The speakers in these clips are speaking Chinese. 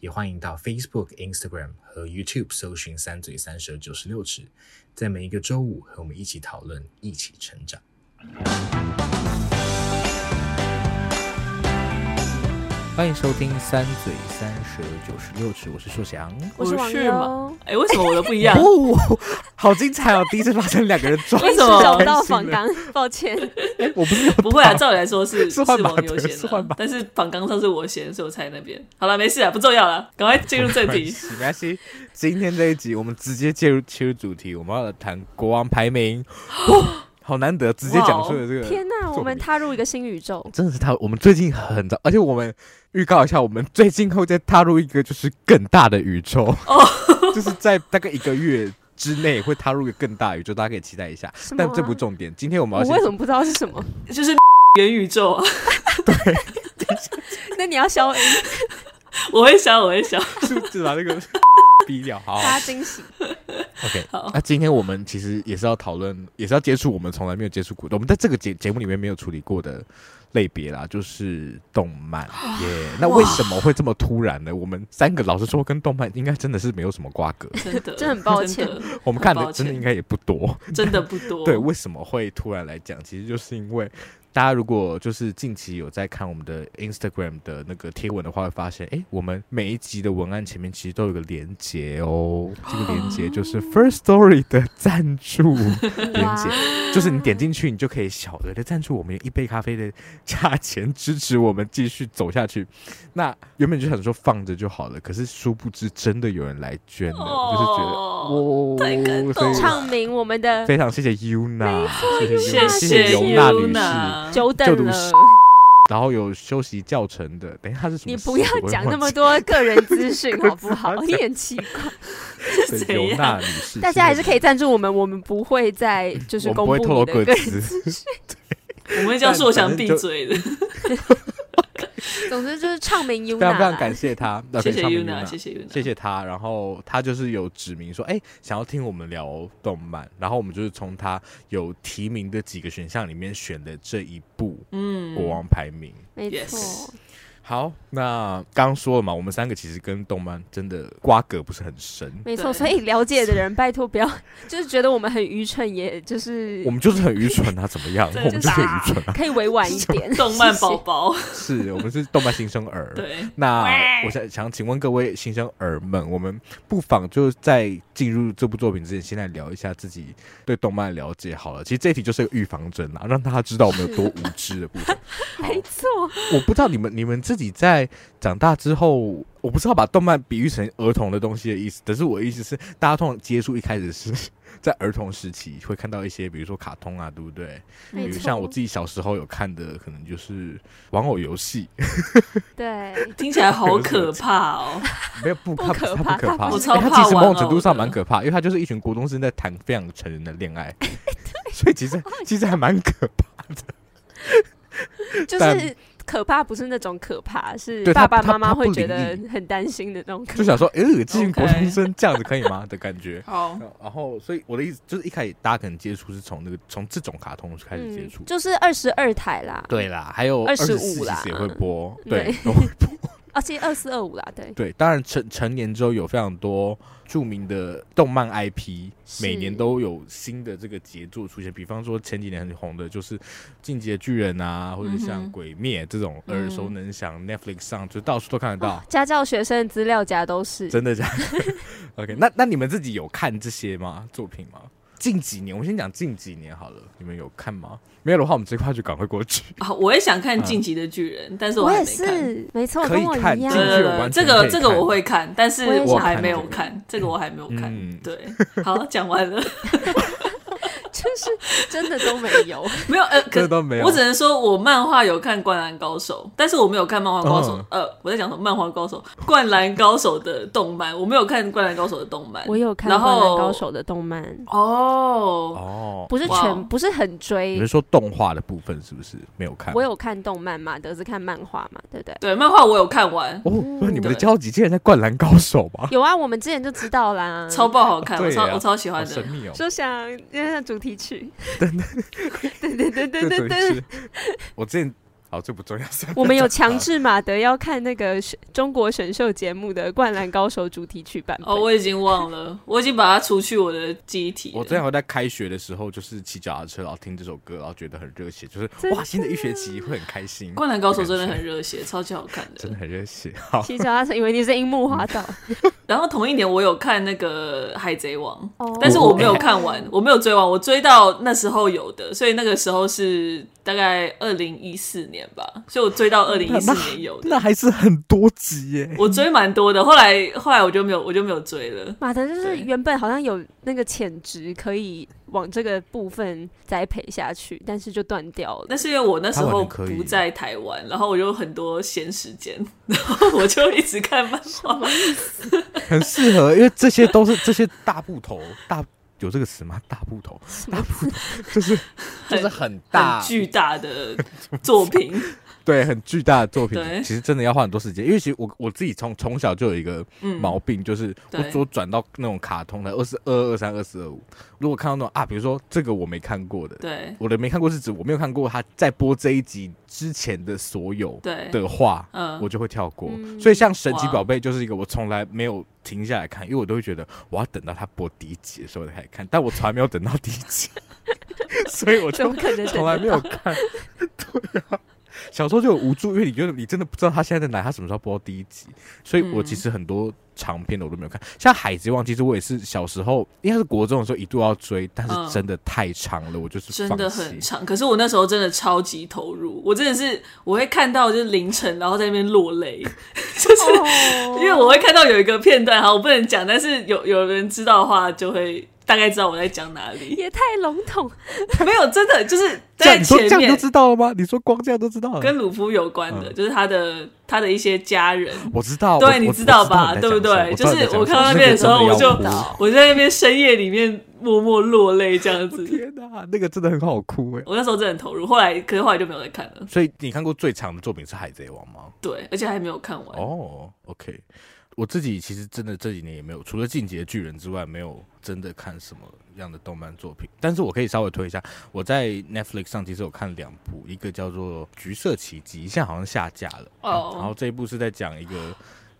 也欢迎到 Facebook、Instagram 和 YouTube 搜寻“三嘴三舌九十六尺”，在每一个周五和我们一起讨论，一起成长。欢迎收听《三嘴三舌九十六尺》，我是硕翔。我不是网是友吗，哎、为什么我的不一样？哦，好精彩哦！第一次发生两个人撞，为什我么找太不到开心仿了钢，抱歉。哎 我不是有不会啊，打照理来说是是是换马网友的先是的换啊马，但是仿刚上是我先，所以我猜那边。好了，没事啊，不重要了，赶快进入正没题。系没关系。今天这一集我们直接切入切入主题，我们要谈国王排名，哦好难得直接讲出了这个。天哪，我们踏入一个新宇宙。真的是他，我们最近很早，而且我们预告一下，我们最近会再踏入一个就是更大的宇宙，哦 就是在大概一个月之内会踏入一个更大的宇宙，大家可以期待一下。什么但这啊不重点，今天我们我要为先什么不知道是什么？就是 元宇宙啊， 那你要消音，我会想，我会想。是 不是把那个逼掉？ 好大家惊喜。 ，OK 好。那今天我们其实也是要讨论，也是要接触我们从来没有接触过的，我们在这个节节目里面没有处理过的类别啦，就是动 漫耶。那为什么会这么突然呢？我们三个老实说，跟动漫应该真的是没有什么瓜葛。真 的，真的很抱歉真的我们看很的抱真的歉应该也不多。真的不多。对，为什么会突然来讲？其实就是因为大家如果就是近期有在看我们的 Instagram 的那个贴文的话，会发现，诶，我们每一集的文案前面其实都有个连接哦，这个连接就是 First Story 的赞 助连接。就是你点进去，你就可以小额的赞助我们一杯咖啡的价钱，支持我们继续走下去。那原本就想说放着就好了，可是殊不知真的有人来捐了，就是觉得哦，哦，太感所以动了唱明我们 的非常谢谢 Yuna，谢谢谢尤娜女士。 Yuna 久就等读了，是然后有休息教程的，等一下她是什么你系不我也要忘记？讲那么多个人 资讯好不好？你很奇怪。对怎尤样娜女士，大家还是可以赞助我们，我们不会再就是我们公不会布透露你的个个人资资讯。我们叫硕翔但反正闭就嘴的，总之就是唱明 Yuna 非常非常啦。感谢她，呃谢可以谢上面 Yuna， Yuna 谢谢 Yuna，谢谢他，然后他就是有指明说，哎、想要听我们聊动漫，然后我们就是从他有提名的几个选项里面选的这一部嗯《国王排名》没错 Yes，好，那刚说了嘛，我们三个其实跟动漫真的瓜葛不是很深，没错。对所以了解的人，拜托不要，就是觉得我们很愚蠢，也就是我们就是很愚蠢啊，怎么样？对我们就是很愚蠢啊，可以委婉一 点。动漫谢谢宝宝，是我们是动漫新生儿。对，那我想想请问各位新生儿们，我们不妨就在进入这部作品之前，先来聊一下自己对动漫的了解好了。其实这一题就是个预防针啦，让大家知道我们有多无知的部 分。好没错，我不知道你们你们自己在长大之后，我不知道把动漫比喻成儿童的东西的意思，但是我的意思是，大家通常接触一开始是 在儿童时期会看到一些，比如说卡通啊，对不对？比没如错像我自己小时候有看的，可能就是《玩偶游戏对，听起来好可怕哦。》，没有不不它可它怕不可它怕，不我超它怕其实某玩种程偶度上的蛮可怕，因为它就是一群国中生在谈非常成人的恋爱，所以其实其实还蛮可怕的。就但是可怕，不是那种可怕，是对爸他爸他妈妈他不会灵觉得异很担心的那种可怕。就想说，呃，这群国中 OK 生这样子可以吗的感觉。好，然后，所以我的意思就是，一开始大家可能接触是从那个从这种卡通开始接触，就是二十二台啦，对啦，还有25 24其啦实也会播，嗯对对，都会播啊，其实二四二五啦，对，对。当然成成年之后有非常多著名的动漫 IP，是每年都有新的这个杰作出现。比方说前几年很红的就是《进击的巨人》啊，或者像嗯《哼鬼灭》这种嗯耳熟能详、Netflix 上就到处都看得到哦。家教学生的资料夹都是。真的假的？OK，那那你们自己有看这些吗？作品吗？近几年，我先讲近几年好了，你们有看吗？没有的话，我们这块就赶快过去。啊，我也想看《晋级的巨人》，但是我还也没看。是，没错，可跟以我看一进样对去。对完全对，这可个以这个看我会看，但是我也想还看没这有个看，这个我还没有看嗯。对，好，讲完了。就是真的都没有。没有，呃， 可这都没有我只能说我漫画有看《灌篮高手》，但是我没有看《漫画高手》嗯呃，我在讲什么？《漫画高手》《灌篮高手》的动漫，我没有看《灌篮高手》的动漫。我有看《然灌篮后高手》的动漫，哦，哦，不是哇全，不是很你追是。说动画的部分是不是没有看？我有看动漫嘛，德是看漫画嘛，对不对？对，漫画我有看完，哦，那你们对的交集竟然在《灌篮高手》吧？有啊，我们之前就知道啦。超爆好看，我对超啊我超喜欢好的神。秘哦。就想那主题曲，对对对对这对真对是，我之前好，这不重要。算了我们有强制马德要看那个选中国选秀节目的《灌篮高手》主题曲版本。哦，我已经忘了，我已经把它除去我的记忆体了。我之前我在开学的时候，就是骑脚踏车，然后听这首歌，然后觉得很热血，就是真哇，新的一学期会很开心。灌篮高手》真的很热血，超级好看的真。的很热血。哦好，骑脚踏车，以为你是樱木花道，然后同一年我有看那个《海贼王 哦》，但是我没有看完，我没有追完，我追到那时候有的，所以那个时候是大概二零一四年吧，所以我追到二零一四年有 的，那还是很多集耶。我追蛮多的。后来后来我就没有我就没有追了。马德就是对原本好像有那个潜质可以往这个部分栽培下去，但是就断掉了。那是因为我那时他候完全可以不在台湾，然后我有很多闲时间， 然后我就一直看漫画。很适合，因为这些都是这些大部头大。有这个词吗？大部头，大部头就是就是很大很巨大的作品，对，很巨大的作品对，其实真的要花很多时间。因为其实我我自己从从小就有一个 嗯毛病，就是我对所转到那种卡通的二十二、二三、二四、二五，如果看到那种啊，比如说这个我没看过的，对我的没看过是指我没有看过他在播这一集之前的所有对，的话，嗯我就会跳过。嗯所以像神奇哇宝贝就是一个我从来没有停下来看，因为我都会觉得我要等到它播第一集的时候才开始看，但我从来没有等到第一 集，所以我怎就么可 能从等来得没有到？看。 对啊，小时候就有无助，因为你觉得你真的不知道他现在在哪，他什么时候播到第一集，所以我其实很多长片的我都没有看。像《海贼王》，其实我也是小时候应该是国中的时候一度要追，但嗯是真的太长了，我就是真放的弃很长。可是我那时候真的超级投入，我真的是我会看到就是凌晨，然后在那边落泪，就是 哦 因为我会看到有一个片段，哈，我不能讲，但是有有人知道的话，就会大概知道我在讲哪里。也太笼统， 没有，真的就是这样在你说前这样面就知道了吗？你说光这样都知道了，跟鲁夫有关的，嗯就是他的他的一些家人，我知道，我 对，你我知我道你吧？在对不讲什么对？我就知道你在是讲我什看么到那那边个的时候，真我的就要啊哭我在那边深夜里面默默落泪这样哭子。天哪，那个真的很好哭哎。我那时候真的很投入，后来可是后来就没有再看了，所以你看过最长的作品是《海贼王》吗？对，而且还没有看完。哦，OK，我自己其实真的这几年也没有，除了《进击的巨人》之外，没有真的看什么样的动漫作品。但是我可以稍微推一下，我在 Netflix 上其实有看两部，一个叫做《橘色奇迹》，现在好像下架了。哦然后这一部是在讲一个。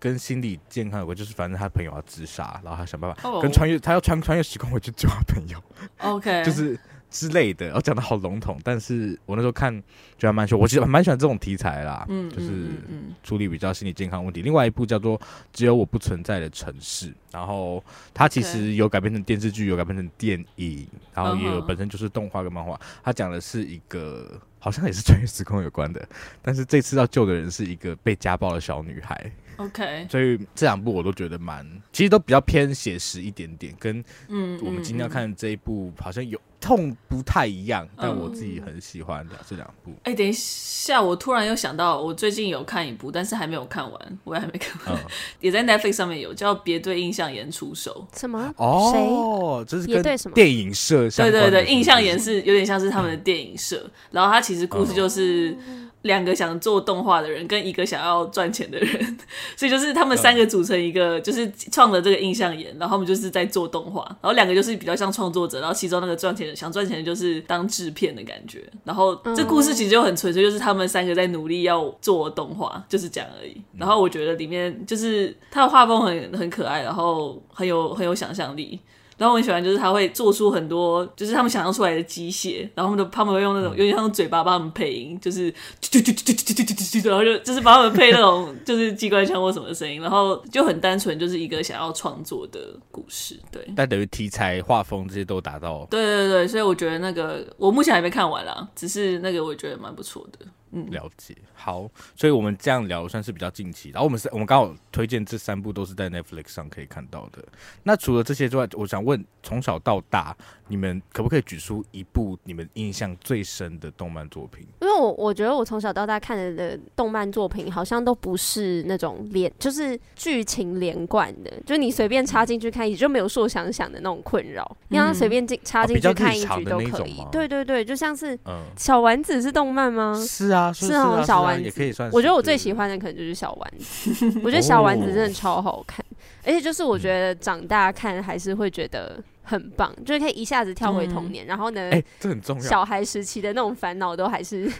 跟心理健康有关，就是反正他朋友要自杀，然后他想办法哦跟穿越，他要穿穿越时空回去救他朋友。 OK，就是之类的。哦我讲的好笼统，但是我那时候看就还蛮喜欢，我其实还蛮喜欢这种题材啦，嗯，就是嗯嗯处理比较心理健康问题。另外一部叫做《只有我不存在的城市》，然后它其 OK 实有改编成电视剧，有改编成电影，然后也有嗯哼本身就是动画跟漫画。它讲的是一个好像也是穿越时空有关的，但是这次要救的人是一个被家暴的小女孩，嗯 OK，所以这两部我都觉得蛮，其实都比较偏写实一点点，跟嗯，我们今天要嗯。嗯看这一部好像有痛不太一样，但我自嗯己很喜欢的这两部。哎、等一下，我突然又想到，我最近有看一部，但是还没有看完，我也还没看完，嗯，也在 Netflix 上面有叫《别对印象岩出手什么？谁？哦，这是也跟对什么电影社》。相对关对的对，印象岩是是有点像是他们的电影社，然后它其实故嗯事就是两个想做动画的人跟一个想要赚钱的人，所以就是他们三个嗯组成一个，就是创了这个印象岩，然后他们就是在做动画，然后两个就是比较像创作者，然后其中那个赚钱的想赚钱的就是当制片的感觉，然后这故事其实就很纯粹，就是他们三个在努力要做动画，就是这样而已。然后我觉得里面就是他的画风很很可爱，然后很有很有想象力，然后我很喜欢，就是他会做出很多，就是他们想象出来的机械，然后他们的他们会用嗯那种有点像嘴巴帮他们配音，就是啾啾啾啾啾啾啾啾啾，然后就就是帮他们配那种就是机关枪或什么的声音，然后就很单纯，就是一个想要创作的故事。对，但等于题材、画风这些都达到。对对对，所以我觉得那个我目前还没看完啦，只是那个我觉得蛮不错的。嗯，了解，好，所以我们这样聊算是比较近期。然后我们是，我们刚好推荐这三部都是在 Netflix 上可以看到的。那除了这些之外，我想问，从小到大，你们可不可以举出一部你们印象最深的动漫作品？因为我我觉得我从小到大看的的动漫作品，好像都不是那种连，就是剧情连贯的，就是你随便插进去看，也就没有说想想的那种困扰。你要随便进插嗯哦进比较去日看一常局的都那可种以吗。对对对，就像是嗯，小丸子是动漫吗？是啊，是是啊啊，小是啊丸也子可以算是。我觉得我最对喜欢的可能就是小丸子， 我觉得小丸子真的超好看，哦而且就是我觉得长大看还是会觉得很棒，就是可以一下子跳回童年，然后呢，哎，这很重要。小孩时期的那种烦恼都 还是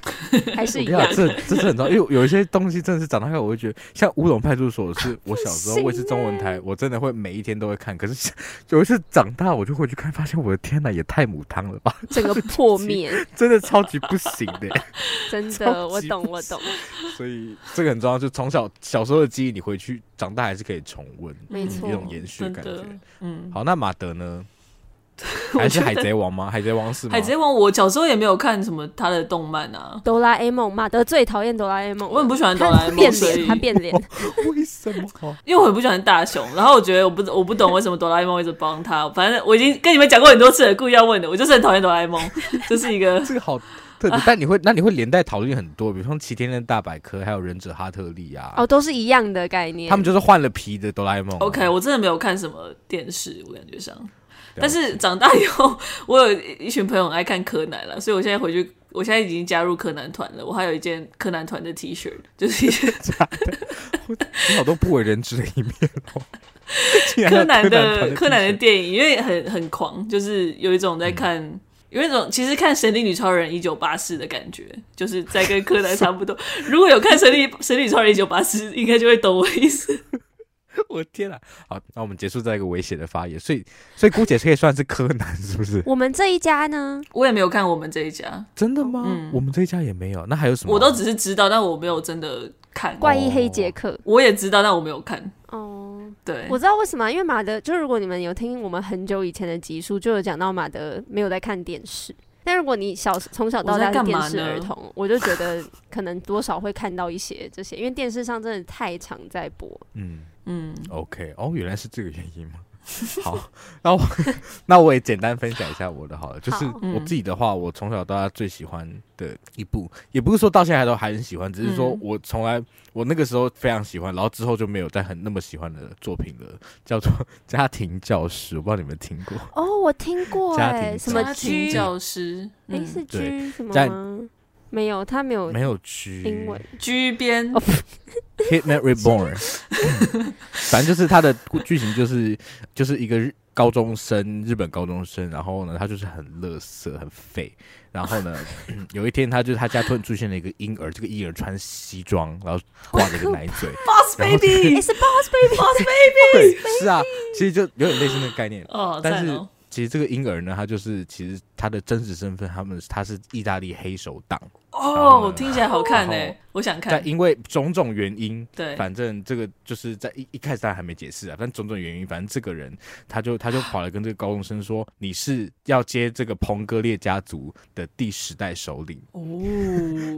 还是我一跟你样讲，。这这是很重要，因为有一些东西真的是长大后我会觉得，像《乌龙派出所》是我小 时候，行啊我也是中文台，我真的会每一天都会看。可是有一次长大，我就会去看，发现我的天哪，也太母汤了吧， 整个破灭，真的超级不行 的。真的，超我级懂，不我懂，所以这个很重要，就从小小时候的记忆，你回去长大还是可以重温，没一错。种延续的嗯真感觉的。，嗯，好，那马德 呢？还是海贼王吗？海贼王是吗？海贼王我小时候也没有看什么他的动漫啊，哆啦 A 梦，马德最讨厌哆啦 A 梦了，我很不喜欢哆啦 A 他梦变所以脸，他变 脸，为什么？因为我很不喜欢大雄，然后我觉得我不我不懂为什么哆啦 A 梦一直帮他，反正我已经跟你们讲过很多次了，故意要问的，我就是很讨厌哆啦 A 梦， 这是一 个这个好 特别，但你会那你会连带讨论很多，比如说《齐天的大百科》，还有《忍者哈特利》啊。哦，都是一样的概念。他们就是换了皮的哆啦 A 梦啊。 OK，我真的没有看什么电视，我感觉上。解但是长大以后，我有一群朋友很爱看柯南了，所以我现在回去，我现在已经加入柯南团了。我还有一件柯南团的 T 恤，就是一件你好多不为人知的一面 哦。竟然有柯南的柯柯南的南团 T 恤电影，因为很很狂，就是有一种在看，嗯有一种其实看《神力女超人一九八四》的感觉，就是在跟柯南差不多。 如果有看《神力 神力女超人一九八四》，应该就会懂我意思。 我天啊！好，那我们结束这一个危险的发言，所以所以姑姐可以算是柯南是不是？我们这一家呢，我也没有看我们这一家，真的吗？嗯我们这一家也没有，那还有什么？我都只是知道，但我没有真的看。哦怪异黑杰克，我也知道，但我没有看。哦，对，我知道为什么，因为马德就是如果你们有听我们很久以前的集数，就有讲到马德没有在看电视。但如果你小从小到大我在干是嘛电视呢儿童，我就觉得可能多少会看到一些这些，因为电视上真的太常在播。嗯嗯， ，OK，哦，原来是这个原因吗？ 好，那我那我也简单分享一下我的好了，就是好我嗯自己的话，我从小到大最喜欢的一部，也不是说到现在都还很喜欢，只是说嗯我从来我那个时候非常喜欢，然后之后就没有再很那么喜欢的作品了，叫做《家庭教师》，我不知道你们听过。哦，我听过家哎、庭什么家庭 G，哎、教师，诶嗯，是对 G 什么在吗？没有，他没有没有区英文。居边哦 Hitman Reborn，嗯反正就是它的剧情就是就是一个日高中生，日本高中生，然后呢，他就是很乐色，很废，然后呢，嗯有一天他就是他家突然出现了一个婴儿，这个婴儿穿西装，然后挂着个奶嘴， Boss 然后 Baby， 诶是 Boss Baby，对，是啊，其实就有点类似那个概念，哦，但赞是哦，其实这个婴儿呢，他就是其实他的真实身份，他们他是意大利黑手党，哦，听起来好看然呢后，我想但看。因为种种原因，对，反正这个就是在一一开始他还没解释啊，但种种原因，反正这个人他就他就跑来跟这个高中生说，你是要接这个彭格列家族的第十代首领， 哦，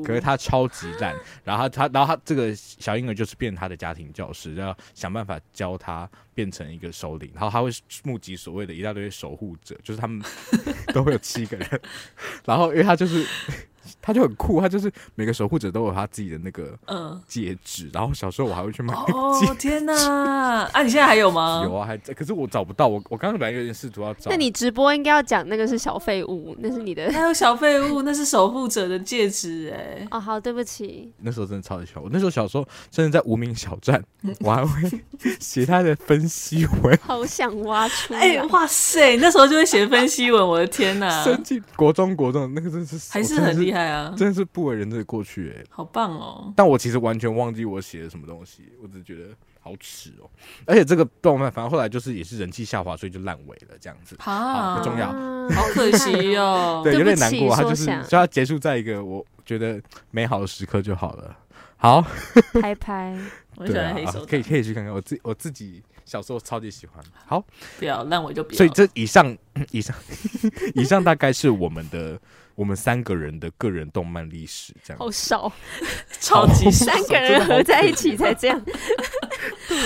可是他超级烂，然后他他然后他这个小婴儿就是变他的家庭教师，要想办法教他变成一个首领，然后他会募集所谓的一大堆守护者，就是他 们都会有七个人，然后因为他就是。他就很酷，他就是每个守护者都有他自己的那个嗯，戒指，然后小时候我还 会去买戒哦，天哪，啊，你现在还有吗？ 有啊，还在，可是我找不到。我我刚刚本来有点试图要找，那你直播应该要讲那个是小废物，那是你的还有小废物，那是守护者的戒指哎。哦。好，对不起，那时候真的超级喜欢。我那时候小时候甚至在无名小站，我还会写他的分析文，好想挖出来。哎、哇塞！那时候就会写分析文，我的天 哪，生气。国中国中那个真的是啊还我是真的很厉，害啊，真的是不为人知的过去哎、好棒哦！但我其实完全忘记我写了什么东西，我只觉得好耻哦。而且这个动漫，反正后来就是也是人气下滑，所以就烂尾了这样子。好啊不，重要啊好可惜哦。 对，对有不点难起过，他说就是想所以要结束在一个我觉得美好的时刻就好了。好，拍拍，我很对喜欢啊黑手啊可以党，可以去看看，我自我自己小时候超级喜欢。好，不要烂尾就不要。所以这以上以上 以上大概是我们的我们三个人的个人动漫历史，这样好少，超级 爽三个人合在一起才这样，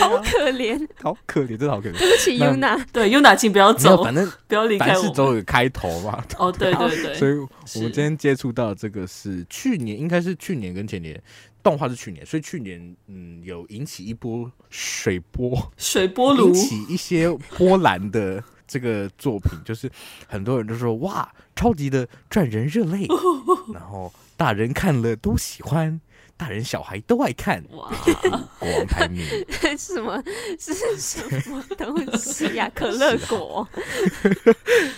好可怜。好可怜，真的好可怜。对不起那，Yuna，对 Yuna，请不要没有，走，反正不要离凡开事我总们。有个开头嘛。哦，对 对所对，以我们今天接触到的这个是去年，应该是去年跟前年，动画是去年，所以去年嗯有引起一波水波，水波炉引起一些波澜的这个作品，就是很多人都说哇，超级的赚人热 泪，然后大人看了都喜欢，大人小孩都爱看，哇，国 王排名，是什么是什么东 西啊呀、可乐果，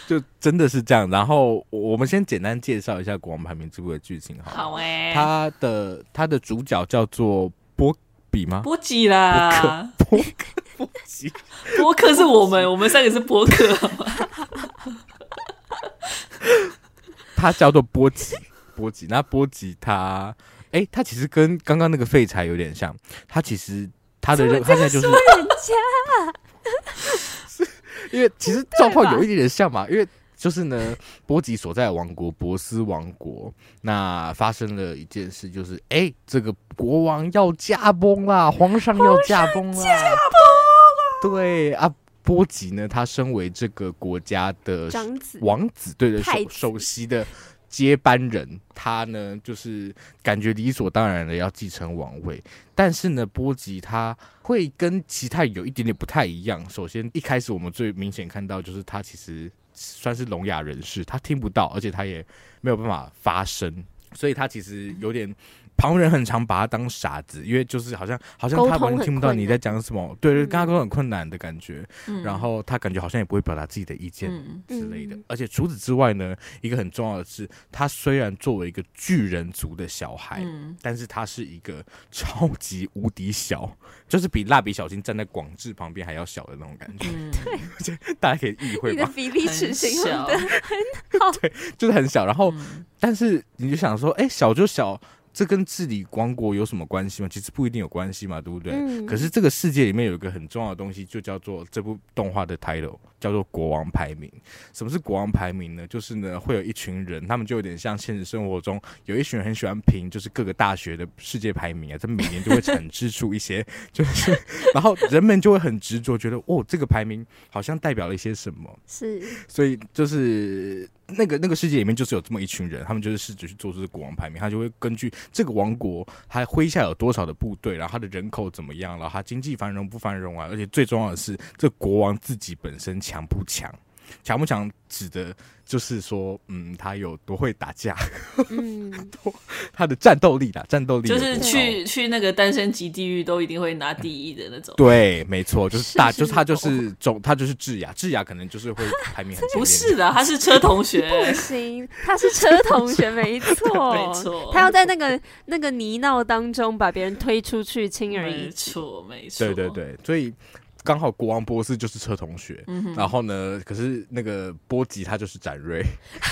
就真的是这样。然后我我们先简单介绍一下《国王排名》这部的剧情好了，好哎、它的它的主角叫做波比吗？波吉啦，波波吉， 波克是我们，我们三个是波克， 好吗他叫做波吉，波吉。那波吉他，哎、他其实跟刚刚那个废柴有点像，他其实他的任，他现在就是人家 因为其实状况有一点点像嘛，因为就是呢，波吉所在的王国波斯王国，那发生了一件事，就是哎、诶这个国王要驾崩啦，皇上要驾崩啦，对啊，波吉呢，他身为这个国家的长子王子，对的太首子首席的。接班人，他呢，就是感觉理所当然的要继承王位，但是呢，波吉他会跟其他有一点点不太一样。首先，一开始我们最明显看到就是他其实算是聋哑人士，他听不到，而且他也没有办法发声，所以他其实有点旁人很常把他当傻子，因为就是好像好像沟他通完全很听不到困你难在讲什么，对对，嗯跟他沟通很困难的感觉。嗯然后他感觉好像也不会表达自己的意见。嗯，之类的嗯，而且除此之外呢，一个很重要的是，他虽然作为一个巨人族的小孩，嗯但是他是一个超级无敌小，就是比蜡笔小新站在广志旁边还要小的那种 感觉， 嗯，大家可以意会你的吧？比例尺很形容小的，就是很小，然后嗯但是你就想说，哎、小就小，这跟治理王国有什么关系吗？其实不一定有关系嘛，对不对？嗯可是这个世界里面有一个很重要的东西，就叫做这部动画的 title，叫做国王排名。什么是国王排名呢？就是呢，会有一群人，他们就有点像现实生活中有一群人很喜欢评，就是各个大学的世界排名啊，他们每年就会产制出一些， 就是，然后人们就会很执着，觉得哦，这个排名好像代表了一些什么。是所以就是那个那个世界里面就是有这么一群人，他们就是试着去做出国王排名，他就会根据这个王国他麾下有多少的部队，然后他的人口怎么样，然后他经济繁荣不繁荣啊，而且最重要的是这国王自己本身强不强。强不强指的就是说，嗯，他有多会打架，嗯，他的战斗力啦，战斗力有就多是高去去那个单身级地狱都一定会拿第一的那种，对，没错，就是是大，是就是他就是总，他就是智雅，智雅可能就是会排名很前面，不是的，他是车同 不学，行，他是车同学，没错， 没错他要在那个那个泥淖当中把别人推出去，轻而没易举。错没错，对对，对，所以刚好国王波斯就是车同学，嗯然后呢，可是那个波吉他就是展瑞，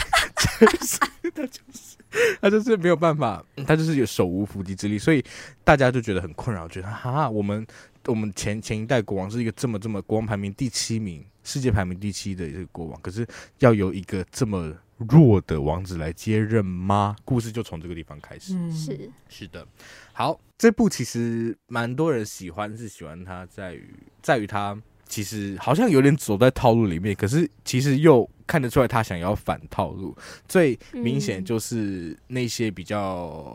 就是他就是他就是没有办法，他就是有手无缚鸡之力，所以大家就觉得很困扰，觉得哈，我们我们前前一代国王是一个这么这么国王排名第七名，世界排名第七的一个国王，可是要由一个这么弱的王子来接任吗？故事就从这个地方开始。嗯，是，是的，好，这部其实蛮多人喜欢，是喜欢它在于在于它其实好像有点走在套路里面，可是其实又看得出来他想要反套路。最明显嗯就是那些比较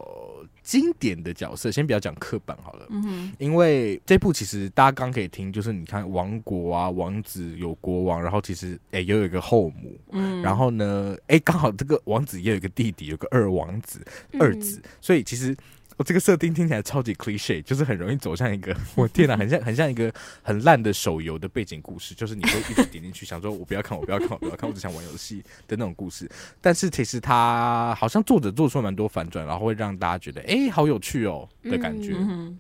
经典的角色，先不要讲刻板好了，嗯因为这部其实大家刚可以听，就是你看王国啊，王子有国王，然后其实诶也有一个后母，嗯，然后呢，哎，刚好这个王子也有一个弟弟，有个二王子、嗯二子，所以其实我这个设定听起来超级 cliche，就是很容易走向一个， 我天哪，很像很像一个很烂的手游的背景故事，就是你会一直点进去想说，我不要看，我不要看，我不要看，我只想玩游戏的那种故事。但是其实它好像作者做出了蛮多反转，然后会让大家觉得，哎，好有趣哦的感觉。嗯哼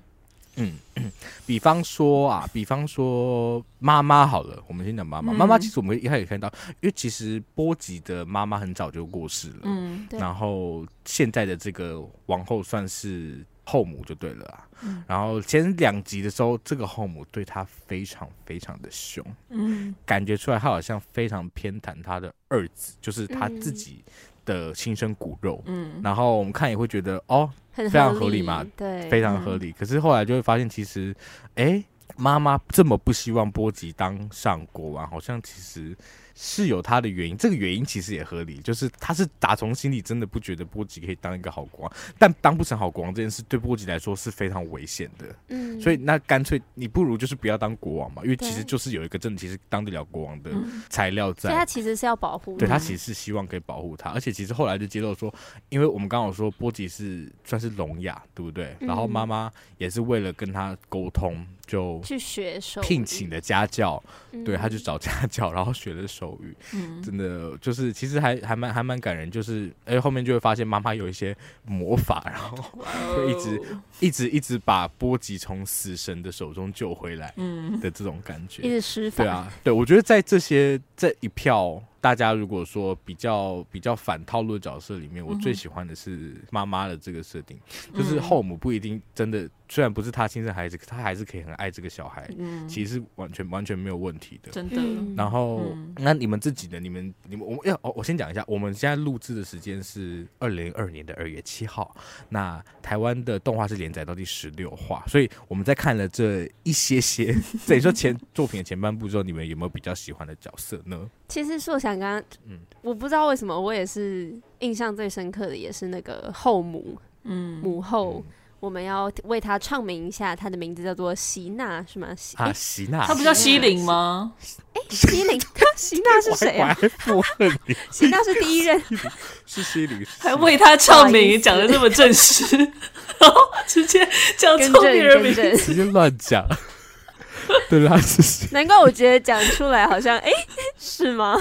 比方说啊，比方说妈妈好了，我们先讲妈妈。妈妈其实我们一开始看到，因为其实波吉的妈妈很早就过世了，嗯对然后现在的这个王后算是后母就对了啊。嗯然后前两集的时候，这个后母对他非常非常的凶，嗯，感觉出来他好像非常偏袒他的二子，就是他自嗯己的亲生骨肉。嗯，然后我们看也会觉得哦，很非常合理嘛，对，非常合理。可是后来就会发现，其实，哎，妈妈这么不希望波吉当上国王，好像其实是有他的原因。这个原因其实也合理，就是他是打从心里真的不觉得波吉可以当一个好国王，但当不成好国王这件事对波吉来说是非常危险的。嗯，所以那干脆你不如就是不要当国王嘛，因为其实对嗯就是有一个真的其实当得了国王嗯的材料所以他在。其实是要保护你，对他其实是希望可以保护他，而且其实后来就揭露说，因为我们刚好说波吉是算是聋哑，对不对？嗯然后妈妈也是为了跟他沟通，就去学手聘请艺，的家教，对，嗯他去找家教，然后学了手语，嗯真的就是其实还还蛮还蛮感人，就是哎后面就会发现妈妈有一些魔法，然后哦就一直一直一直把波吉从死神的手中救回来嗯的这种感觉。一直施法，对啊，对，我觉得在这些这一票，大家如果说比较比较反套路的角色里面，我最喜欢的是妈妈的这个设定，就是后母不一定真的，虽然不是她亲生孩子，可她还是可以很爱这个小孩，嗯，其实是完全完全没有问题的。真的，嗯，然后，嗯那你们自己的，你们你们，我们要哦，我先讲一下，我们现在录制的时间是二零二年的二月七号。那台湾的动画是连载到第十六话，所以我们在看了这一些些， 等于说前作品的前半部之后，你们有没有比较喜欢的角色呢？其实硕想刚刚，嗯我不知道为什么，我也是印象最深刻的也是那个后母嗯母后，我们要为她唱名一下，她的名字叫做席娜是吗？席啊，诶席娜，他不叫西林吗？席 琳，席娜是谁我还啊？我还附和你，席娜是第一 任，是西林， 是还西为林他唱不好意名，思讲的这么正式， 然后直接讲跟错别人正跟名，正，直接乱讲，对啦，是西 难怪我觉得讲出来好像诶，是吗？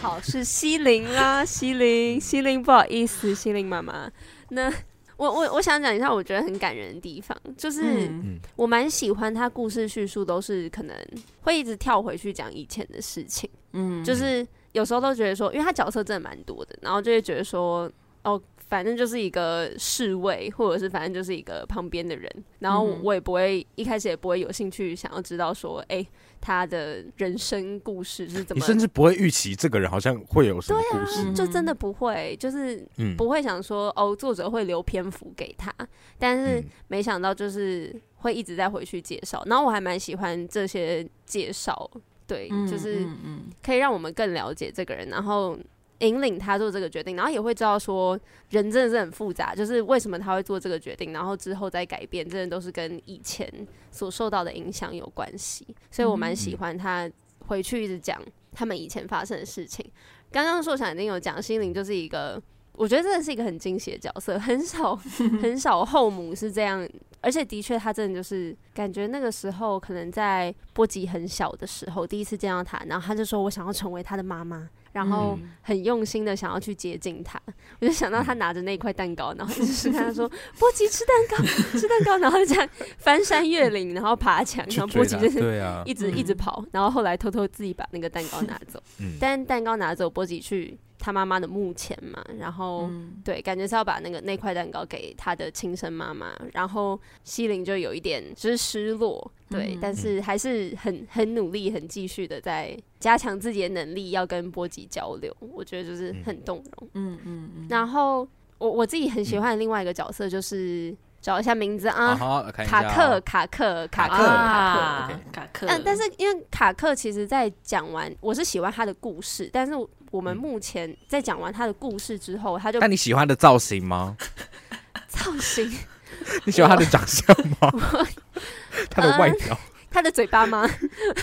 好，是西林啦，西林，西林，不好意思，西林妈妈。那我我我想讲一下，我觉得很感人的地方，就是嗯我蛮喜欢他故事叙述都是可能会一直跳回去讲以前的事情，嗯，就是有时候都觉得说，因为他角色真的蛮多的，然后就会觉得说，哦，反正就是一个侍卫，或者是反正就是一个旁边的人，然后嗯哼我也不会一开始也不会有兴趣想要知道说，哎、他的人生故事是怎你么，甚至不会预期这个人好像会有什么故事，嗯就真的不会，就是嗯，啊不会想说哦，作者会留篇幅给他，但是嗯没想到就是会一直在回去介绍，然后我还蛮喜欢这些介绍，对，嗯就是嗯嗯可以让我们更了解这个人，然后引领他做这个决定，然后也会知道说人真的是很复杂，就是为什么他会做这个决定，然后之后再改变，真的都是跟以前所受到的影响有关系，所以我蛮喜欢他回去一直讲他们以前发生的事情。刚刚硕想已经有讲，心灵就是一个。我觉得真的是一个很惊喜的角色，很少 很少后母是这样，而且的确他真的就是感觉那个时候可能在波吉很小的时候第一次见到他，然后他就说我想要成为他的妈妈，然后很用心的想要去接近他， 我就想到他嗯拿着那块蛋糕，然后就是跟 他说波吉吃蛋糕，吃蛋糕，然后这样翻山越岭，然后爬墙，去然后波追吉他，就是对啊，一直一直跑，然后后来偷偷自己把那个蛋糕拿 走。嗯，但蛋糕拿走，波吉去他妈妈的墓前嘛，然嗯后、对，感觉是要把那个那块蛋糕给他的亲生妈妈，然后西林就有一点就是失落，对，嗯但是还是很很努力，很继续的在加强自己的能力，要跟波吉交流，我觉得就是很动容。嗯嗯嗯，然后我我自己很喜欢的另外一个角色就是、找一下名字啊，好，看一下卡哦克卡克卡卡克克卡克。啊卡克，但但是因为卡克其实在讲完，我是喜欢他的故事，但是我们嗯哎目前在讲完他的故事之后，他就那你喜欢他的造型 吗？造型、你喜欢他的长相吗？ 他的外表，他的嘴巴吗？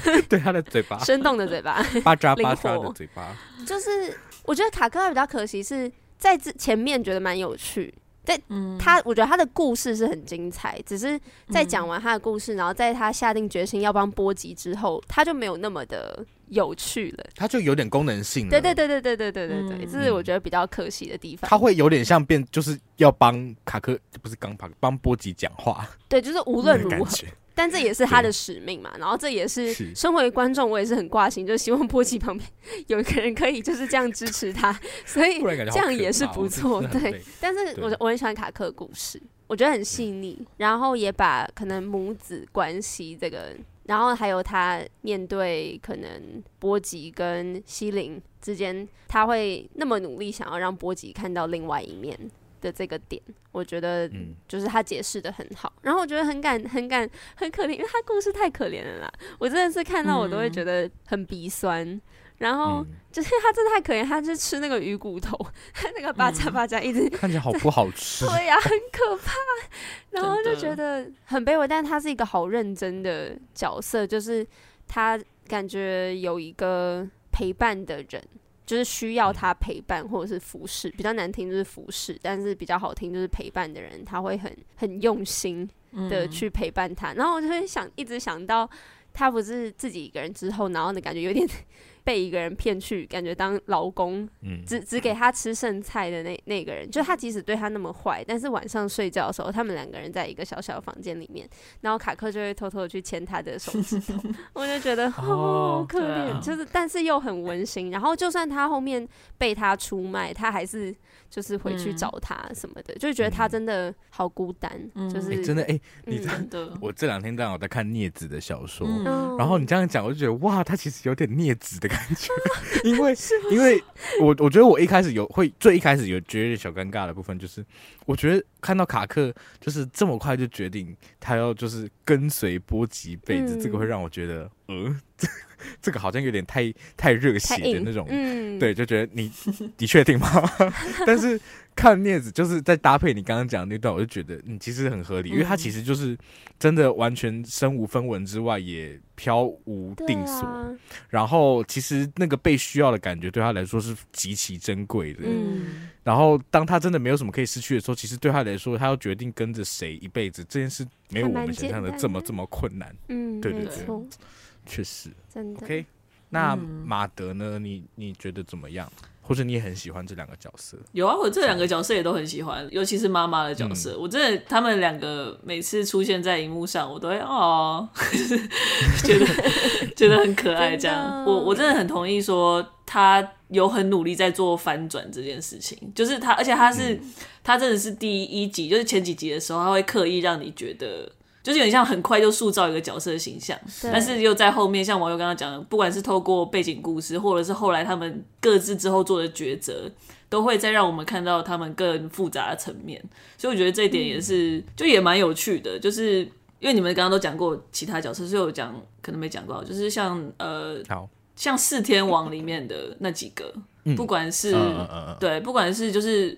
呃 对他的嘴巴，生动的嘴巴，巴扎灵巴扎活的嘴巴，就是我觉得卡克他比较可惜是在之前面觉得蛮有趣，嗯他我觉得他的故事是很精彩，只是在讲完他的故事，然后在他下定决心要帮波吉之后，他就没有那么的有趣了。他就有点功能性了。对对，对对对对对对对，嗯这是我觉得比较可惜的地方。他会有点像变，就是要帮卡克，不是刚帮帮波吉讲话对，就是无论的如感何，觉。但这也是他对的使命嘛，然后这也是是身为观众，我也是很挂心，就希望波奇旁边有一个人可以就是这样支持他，所以不然感觉好哎这样也是可怕哦不错。真的很对累，但是对我我很喜欢卡克的故事，我我觉得很细腻，然后也把可能母子关系这个，然后还有他面对可能波吉跟西林之间，他会那么努力想要让波吉看到另外一面的这个点，我觉得嗯就是他解释的很好，然后我觉得很感很感很可怜，因为他故事太可怜了啦，我真的是看到我都会觉得很鼻酸。然后嗯就是他真的太可怜，他是吃那个鱼骨头，他那个巴扎嗯巴扎一 直看起来好不好吃？ 对呀、很可怕。然后就真的觉得很卑微，但他是一个好认真的角色，就是他感觉有一个陪伴的人，就是需嗯要他陪伴或者是服侍，比较难听就是服侍，但是比较好听就是陪伴的人，他会很很用心嗯的去陪伴他。然后我就会想，一直想到他不是自己一个人之后，然后呢，感觉有点 被一个人骗去，感觉当劳工，嗯只只给他吃剩菜的那那个人，就他即使对他那么坏，但是晚上睡觉的时候，他们两个人在一个小小的房间里面，然后卡克就会偷偷的去牵他的手指 头，我就觉得哦，好可对怜，啊就是但是又很温馨。然后就算他后面被他出卖，他还是就是回去嗯找他什么的，就就觉得他真的好孤单，嗯就是、哎、嗯真的哎、你嗯这真的，我这两天刚好在看聂子的小说，哦嗯，然后你这样讲，我就觉得哇，他其实有点镊子的感 觉，因为因为我我觉得我一开始有会最一开始有觉得小尴尬的部分，就是我觉得看到卡克就是这么快就决定他要就是跟随波及一辈子，嗯这个会让我觉得呃，这 这个好像有点太太热血太的硬那种，嗯，对，就觉得你 你确定吗？但是看镊子就是在搭配你刚刚讲的那段，我就觉得嗯，其实很合理，因为他嗯其实就是真的完全身无分文之外，也飘无对定所。啊，然后其实那个被需要的感觉对他来说是极其珍贵的。嗯嗯，然后当他真的没有什么可以失去的时候，其实对他来说，他要决定跟着谁一辈子这件事，没有还我蛮们想象的简单这么的这么困难。嗯，对对没对错，确实真的。 ，OK。那嗯马德呢？你你觉得怎么样？或者你也很喜欢这两个角色？有啊，我这两个角色也都很喜欢，尤其是妈妈的角色，我真的他们两个每次出现在荧幕上，我都会哦， 觉得觉得很可爱。这样真，的我我真的很同意说他有很努力在做反转这件事情，就是他，而且他是、他真的是第一集，就是前几集的时候，他会刻意让你觉得。就是有点像很快就塑造一个角色的形象，对但是又在后面，像网友刚刚讲的，不管是透过背景故事，或者是后来他们各自之后做的抉择，都会再让我们看到他们更复杂的层面。所以我觉得这一点也是，嗯就也蛮有趣的，就是因为你们刚刚都讲过其他角色，所以我讲可能没讲过，就是像呃，好，像四天王里面的那几个，不管是、嗯嗯嗯对，不管是就是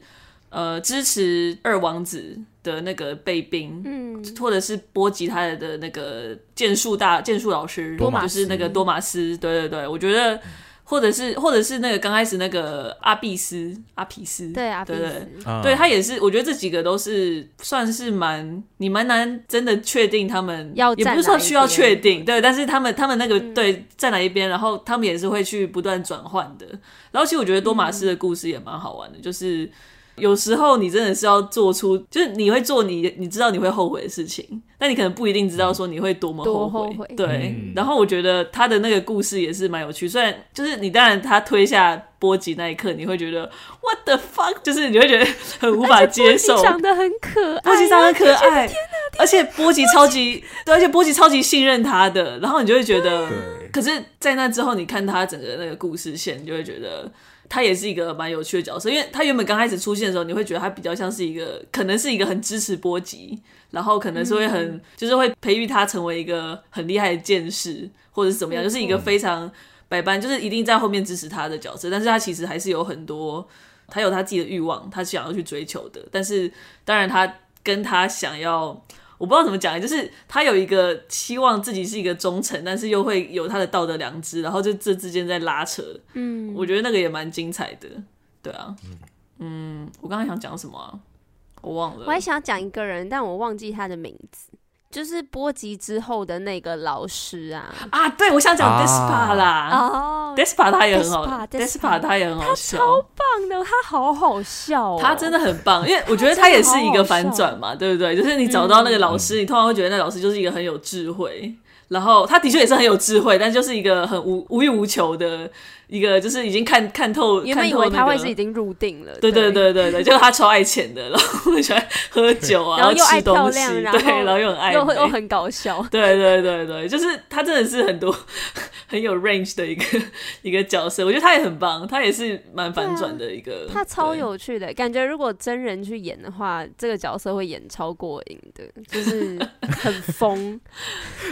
呃支持二王子的那个卫兵，嗯，或者是波及他的那个剑术大剑术老师，多马就斯是那个多马斯，对对对，我觉得。或者是，或者是那个刚开始那个阿比斯，阿皮斯，对啊，彼对对此，嗯对他也是，我觉得这几个都是算是蛮你蛮难真的确定他们要也站不是说哪一需要边嗯确定，对，但是他们他们那个、对在哪一边，然后他们也是会去不断转换的。然后其实我觉得多马嗯斯的故事也蛮好玩的，就是有时候你真的是要做出，就是你会做你你知道你会后悔的事情，但你可能不一定知道说你会多么多后悔。后悔对，嗯然后我觉得他的那个故事也是蛮有趣，虽然就是你当然他推下波及那一刻，你会觉得 what the fuck，就是你会觉得很无法接受。长得很可爱，啊波吉长得很可爱，而且波吉超级对，而且波吉超级信任他的，然后你就会觉得对，可是，在那之后，你看他整个那个故事线，你就会觉得他也是一个蛮有趣的角色，因为他原本刚开始出现的时候，你会觉得他比较像是一个，可能是一个很支持波吉，然后可能是会很，就是会培育他成为一个很厉害的剑士，或者是怎么样，就是一个非常百般，就是一定在后面支持他的角色，但是他其实还是有很多。他有他自己的欲望，他想要去追求的，但是当然他跟他想要，我不知道怎么讲，就是他有一个期望自己是一个忠诚，但是又会有他的道德良知，然后就这之间在拉扯，嗯，我觉得那个也蛮精彩的，对啊，嗯，我刚刚想讲什么啊？我忘了，我还想讲一个人，但我忘记他的名字，就是波及之后的那个老师啊。啊，对，我想讲啊 Despa 啦、哦 d，e s p a 他也很好 Despa， ，Despa 他也很好笑，棒的，他好好笑哦，他真的很棒，因为我觉得他 也嗯是一个反转嘛，对不对？就是你找到那个老师，你通常会觉得那老师就是一个很有智慧，然后他的确也是很有智慧，但就是一个很无无欲无求的一个，就是已经看看透，原看本以透为那他会个是已经入定了，对对对对对对，就是他超爱钱的，然后很喜欢喝酒啊，然后又爱吃东漂西，亮，然后对，然后又很爱又美。又很搞笑对对对对，就是他真的是很多很有 range 的一个一个角色，我觉得他也很棒，他也是蛮反转的一个，啊他超对有趣的感觉，如果真人去演的话，这个角色会演超过瘾的，就是很疯。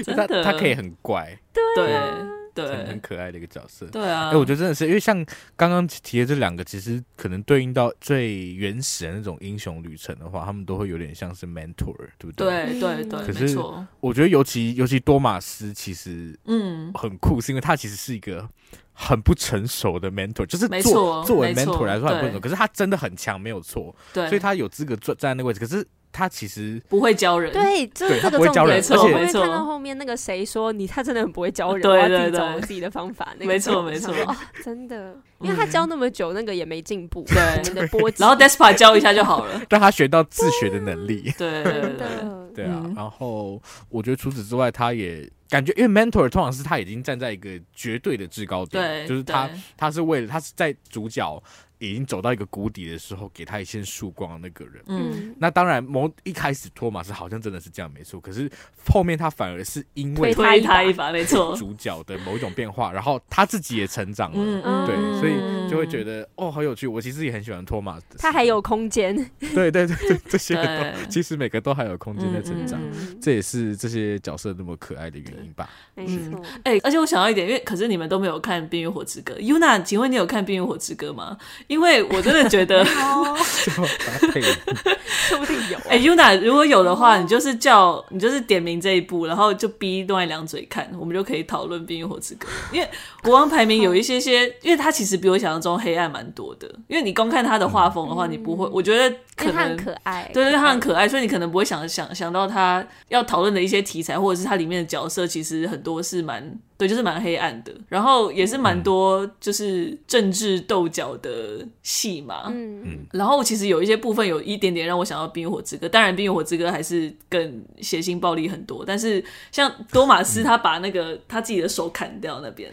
真他的，他可以很怪， 对 很很对可爱的一个角色。对啊，哎、我觉得真的是，因为像刚刚提的这两个，其实可能对应到最原始的那种英雄旅程的话，他们都会有点像是 mentor，对不对？对对对，可没是错，我觉得尤其尤其多马斯其实嗯，很酷，是因为他其实是一个很不成熟的 mentor，就是没做错作为没错 mentor 来说很不成熟，对可是他真的很强，没有错，对，所以他有资格坐站在那个位置。可是他其实不会教人，对，就是对这他个不会重教点。人没错我后没面错看到后面那个谁说你，他真的很不会教人， 对我要对自己找对我自己的方 法。那个没错时候我没想错 说哦，真的，因为他嗯教那么久，那个也没进步。对 我们的波及，然后 Despa 教一下就好了， 让他学到自学的能力。对对真对对。的，对啊，嗯然后我觉得除此之外，他也感觉，因为 mentor 通常是他已经站在一个绝对的制高点，对，就是他对他是为了他是在主角已经走到一个谷底的时候，给他一线曙光的那个人。嗯，那当然，某一开始托马斯好像真的是这样，没错。可是后面他反而是因为推推他他一一把，没错， 主角的某一种变化，然后他自己也成长了，嗯嗯，对嗯所嗯以就会觉得得哦，好有趣。我其实也很喜欢托马斯，他还有空间。对对对对，这些对都其实每个都还有空间在成嗯长。嗯，这也是这些角色那么可爱的原因 吧。没嗯错。哎、而且我想到一点，因为可是你们都没有看《冰与火之歌》，Yuna，请问你有看《冰与火之歌》吗？因为我真的觉得，哦， 配说不定有。哎、y u n a 如果有的话，哦你就是叫你就是点名这一部，然后就逼另外两嘴看，我们就可以讨论《冰与火之歌》。因为国王排名有一些些，因为它其实比我想象中黑暗蛮多的。因为你光看它的画风的话，你不会，我觉嗯得因为可他很能可爱，对对，可他爱很可爱，所以你可能不会想想想到他要讨论的一些题材，或者是它里面的角色，其实很多是蛮对，就是蛮黑暗的，然后也是蛮多就是政治斗角的戏嘛。嗯，然后其实有一些部分有一点点让我想到《冰与火之歌》，当然《冰与火之歌》还是更血腥暴力很多，但是像多马斯他把那个他自己的手砍掉那 边，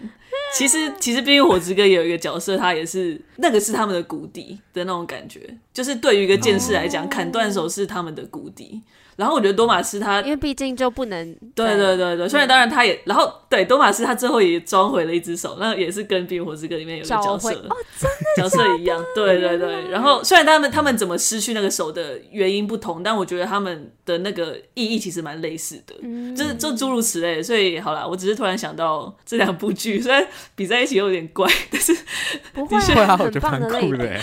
其实其实《冰与火之歌》也有一个角色，他也是那个是他们的谷底的那种感觉，就是对于一个剑士来讲，砍断手是他们的谷底。然后我觉得多马斯他因为嗯毕竟就不能对对对对，虽然当然他也，然后对多马斯他最后也装回了一只手，那也是跟《冰与火之歌》里面有一个找角色回哦， 角色一 样，对对对。嗯然后虽然他们他们怎么失去那个手的原因不同，但我觉得他们的那个意义其实蛮类似的，嗯就是就诸如此类。所以好啦，我只是突然想到这两部剧，虽然比在一起有点怪， 但是不会对啊，啊，我很觉得棒蛮的类酷别 的。欸。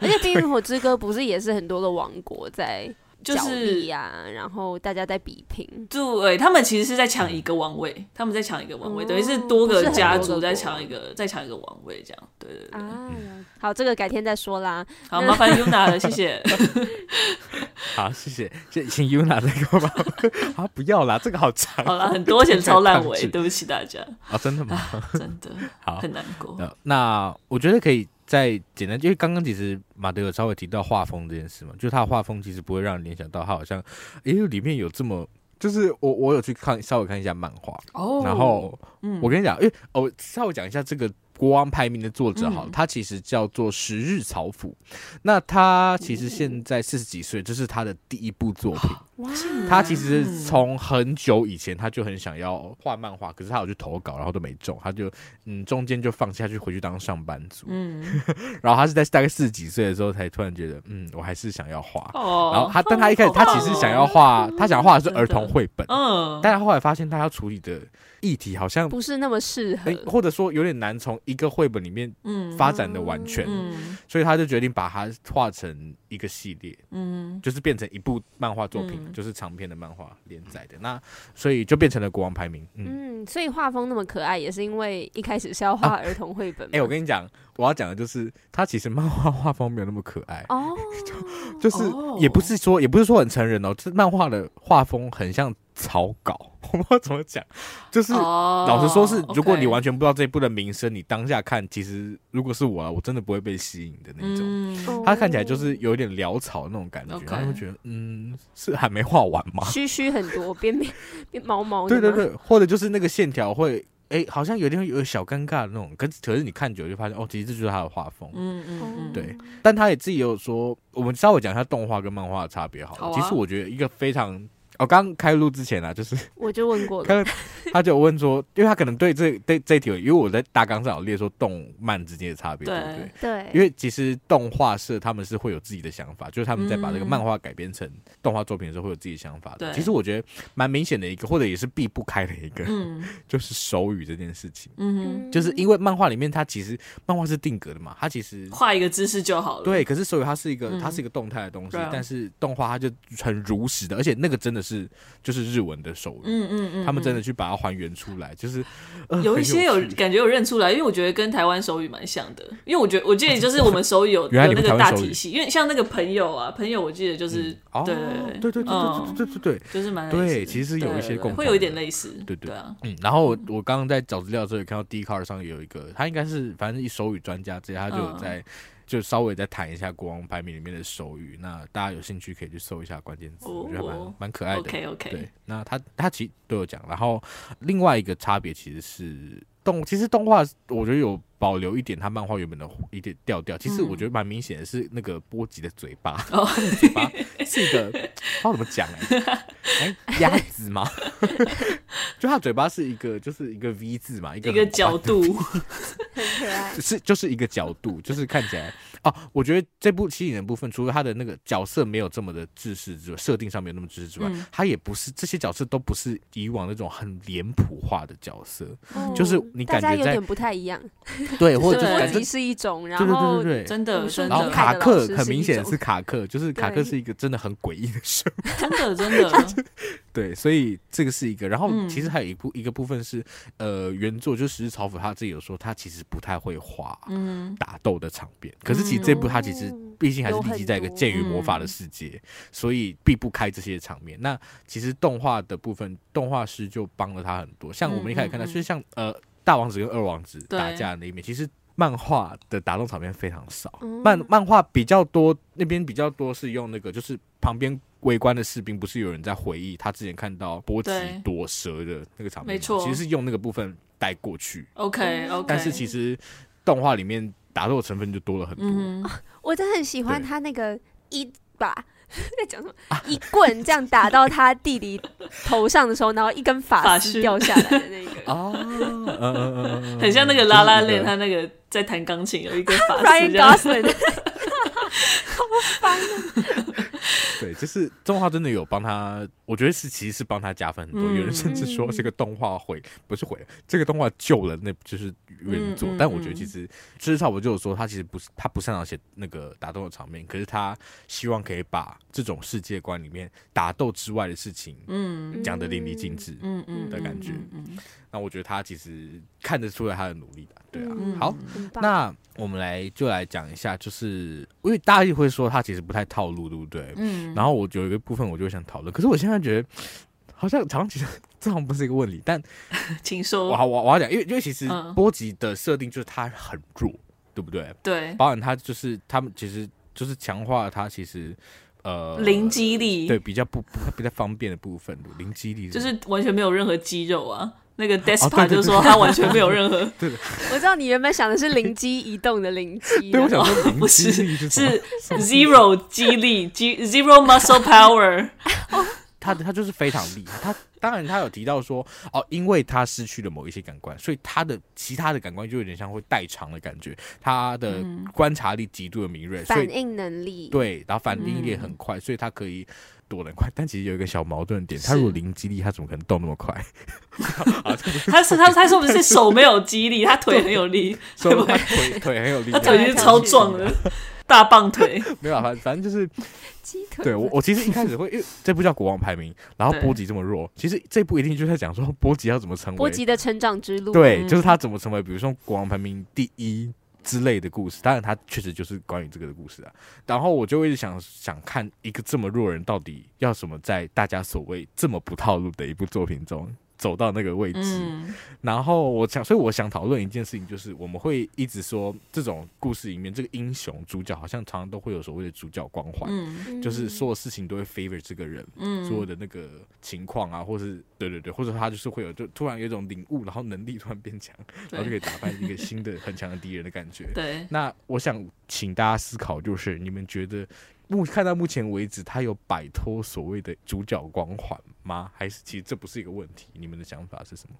而且《冰与火之歌》不是也是很多的王国在就角是力啊，然后大家在比拼，对，他们其实是在抢一个王位，他们在抢一个王位，哦等于是多个家不是很多族个在国抢 一个在抢一个王位这样。对对对，啊，好，这个改天再说啦。好，麻烦 Yuna 了，谢 谢。好，谢谢，谢谢请 Yuna 再给我吧。 啊，不要啦，这个好长好啦，很多而且超烂尾，抗拒对不起大家， 啊，真的吗？真的好很难过。呃那我觉得可以再简单，因为刚刚其实马德有稍微提到画风这件事嘛，就是他的画风其实不会让人联想到他好像，哎，里面有这么。就是我，我有去看稍微看一下漫画，哦然后嗯我跟你讲，因为哦，稍微讲一下这个国王排名的作者好了，嗯他其实叫做十日草辅，那他其实哦现在四十几岁，这是他的第一部作品。哇，他其实嗯从很久以前他就很想要画漫画，可是他有去投稿，然后都没中，他就嗯中间就放弃，他去回去当上班族。嗯，然后他是在大概四十几岁的时候才突然觉得，嗯，我还是想要画。哦，然后他，但他一开始好棒他哦其实想要画，他想画的是真的儿童绘本，嗯，但他后来发现他要处理的议题好像不是那么适合哎，，或者说有点难从一个绘本里面嗯发展的完全，嗯所以他就决定把它画成一个系列，嗯就是变成一部漫画作品，嗯就是长篇的漫画连载的。那所以就变成了国王排名。嗯，嗯，所以画风那么可爱，也是因为一开始是要画儿童绘本嘛。哎、我跟你讲，我要讲的就是他其实漫画画风没有那么可爱，哦，哦就是也不是说也不是说很成人哦，这漫画的画风很像草稿。 我不知道怎么讲，就是哦，老实说是，如果 OK 你完全不知道这一部的名声，你当下看，其实如果是我啊，我真的不会被吸引的那种。嗯，他看起来就是有点潦草那种感觉， OK 然后就觉得嗯，是还没画完吗？ 虚虚很多，边边边毛毛的对嘛。对对，或者就是那个线条会，哎、好像有点有小尴尬的那种，可是可是你看久了就发现，哦，其实这就是他的画风。嗯嗯哦嗯，对，但他也自己有说，我们稍微讲一下动画跟漫画的差别好了。好啊其实我觉得一个非常，哦，刚刚开录之前啊，就是 我就问过了，他他就问说，因为他可能对这对这一题有，因为我在大纲上有列说动漫之间的差别，对不对对？对，因为其实动画社他们是会有自己的想法，就是他们在把这个嗯漫画改编成动画作品的时候会有自己的想法的。对其实我觉得蛮明显的一个，或者也是避不开的一个，嗯就是手语这件事情。嗯就是因为漫画里面它其实漫画是定格的嘛，它其实哼，画一个姿势就好了。对，可是手语它是一个、嗯它是一个动态的东西，对啊但是动画它就很如实的，而且那个真的是就是日文的手语。嗯，嗯嗯嗯，他们真的去把它还原出来，就是、呃有一些有很趣感觉有认出来，因为我觉得跟台湾手语蛮像的，因为我觉得我记得就是我们手语有 原来有你那们个台大湾手语体系，因为像那个朋友啊，朋友我记得就是哦，对对对对对对对对对对，就是蛮对类似的其实有对一些对对共同会有一点类似，对对对啊，嗯，然后我我刚刚在找资料的时候，也看到 d c a r 上有一个，他应该是反正一手语专家之类，他就有嗯在、就稍微再谈一下国王排名里面的手语。那大家有兴趣可以去搜一下关键词，哦我觉得还蛮蛮可爱的。 OK OK，对，那他他其实都有讲，然后另外一个差别其实是动，其实动画我觉得有保留一点他漫画原本的一点调调，其实嗯我觉得蛮明显的是那个波吉的嘴巴，哦 嘴巴是一 个不知道怎么讲哎、哎、鸭子吗？ 就他嘴巴是一个就是一个 V 字嘛，一个一个很角度，很可爱。是就是一个角度，就是看起来哦，我觉得这部吸引人的部分，除了他的那个角色没有这么的制式之外，设定上没有那么制式之外，嗯他也不是这些角色都不是以往那种很脸谱化的角色，哦就是你大感家觉有在点不太一样，对，或或者者就就是是感感问觉觉题是一种，然对对对后对对。真的武术真然后门的派卡的老克师很是明一显种是卡克，就是卡克对是一个真的很诡异的生物。真 的真的，对，所以这个是一个。然后嗯其实还有一部、一个部分是，呃，原作就是石之草辅他自己有说，他其实不太会画 嗯打斗的场面。可是其实这部他其实嗯毕竟还是有立很基在一个多剑与魔法的嗯世界，所以避不开这些场面。那其实动画的部分，动画师就帮了他很多。像我们一开始看到，嗯嗯嗯就是像呃大王子跟二王子对打架的那一面，其实漫画的打斗场面非常少。嗯漫漫画比较多，那边比较多是用那个，就是旁边围观的士兵，不是有人在回忆他之前看到波吉对躲蛇的那个场面吗，没错其实是用那个部分带过去， ，OK OK，但是其实动画里面打斗的成分就多了很多。嗯哼，我真的很喜欢对他那个一把 在讲什么、啊一棍这样打到他弟弟头上的时候，然后一根发发丝丝掉下来的 那个。哦，嗯嗯嗯嗯嗯很像那个拉拉就是一链，啊个他那个在弹钢琴有一个法 师 Ryan 这样， Gosling，对，就是动画真的有帮他，我觉得是其实是帮他加分很多。嗯有人甚至说嗯这个动画毁，不是毁了，这个动画救了那就是原作。嗯嗯但我觉得嗯其实至少我就有说，他其实不是他不擅长写那个打斗的场面，可是他希望可以把这种世界观里面打斗之外的事情嗯讲得淋漓尽致。嗯嗯的感觉嗯嗯嗯那我觉得他其实看得出来他的努力吧。对啊，嗯好，很棒那我们来就来讲一下，就是因为大家会说他其实不太套路，对不对？嗯，然后我有一个部分我就想讨论，可是我现在觉得好像长期这好像不是一个问题，但请我说，好我我要讲，因为因为其实嗯波吉的设定就是他很弱，对不对？对，包含他就是他们其实就是强化他其实呃零肌力，对比较不不比较方便的部分，零肌力就什么是完全没有任何肌肉啊。那个 Despa 对对对就说他完全没有任何，我知道你原本想的是灵机一动的灵 机，对我想说零 不肌是力 是什么是 zero 肌力肌 zero muscle power。他的他就是非常厉害。他当然他有提到说哦，因为他失去了某一些感官，所以他的其他的感官就有点像会代偿的感觉，他的嗯观察力极度的敏锐，所反以应能力，对，然后反应嗯也很快，所以他可以躲得很快。但其实有一个小矛盾点，他如果零肌力，他怎么可能动那么快？ 他是他他说不是手没有肌力，他腿很有 力，所以对他腿腿很有力 他量，腿就是超壮 的，大棒腿。没办法，反正就是鸡腿，对我我其实一开始会，因为这部叫《国王排名》，然后对波吉这么弱，其实这部一定就在讲说波吉要怎么成波为吉的成长之路，对，嗯就是他怎么成为，比如说国王排名第一之类的故事。当然，他确实就是关于这个的故事啊。然后我就会想想看，一个这么弱的人到底要什么在大家所谓这么不套路的一部作品中走到那个位置。嗯，然后我想，所以我想讨论一件事情，就是我们会一直说这种故事里面这个英雄主角好像常常都会有所谓的主角光环，嗯就是所有事情都会 favor 这个人，嗯所有的那个情况啊，或是对对对，或者他就是会有就突然有一种领悟，然后能力突然变强，然后就可以打败一个新的很强的敌人的感觉。 对，那我想请大家思考，就是你们觉得目看到目前为止，他有摆脱所谓的主角光环吗？还是其实这不是一个问题？你们的想法是什么？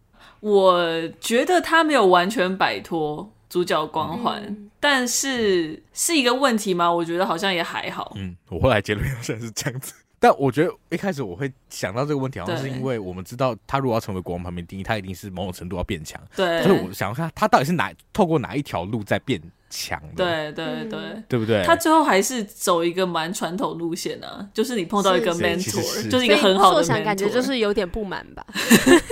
我觉得他没有完全摆脱主角光环，嗯但是是一个问题吗？我觉得好像也还好。嗯，我后来结论好像是这样子。 但我觉得一开始我会想到这个问题，好像是对因为我们知道他如果要成为国王旁边第一，他一定是某种程度要变强，对，所以我想要看他到底是哪透过哪一条路在变强的，对对嗯对。对不对？他最后还是走一个蛮传统路线啊，就是你碰到一个是对其实 mentor，是就是一个很好所的 mentor。以硕想感觉就是有点不满吧，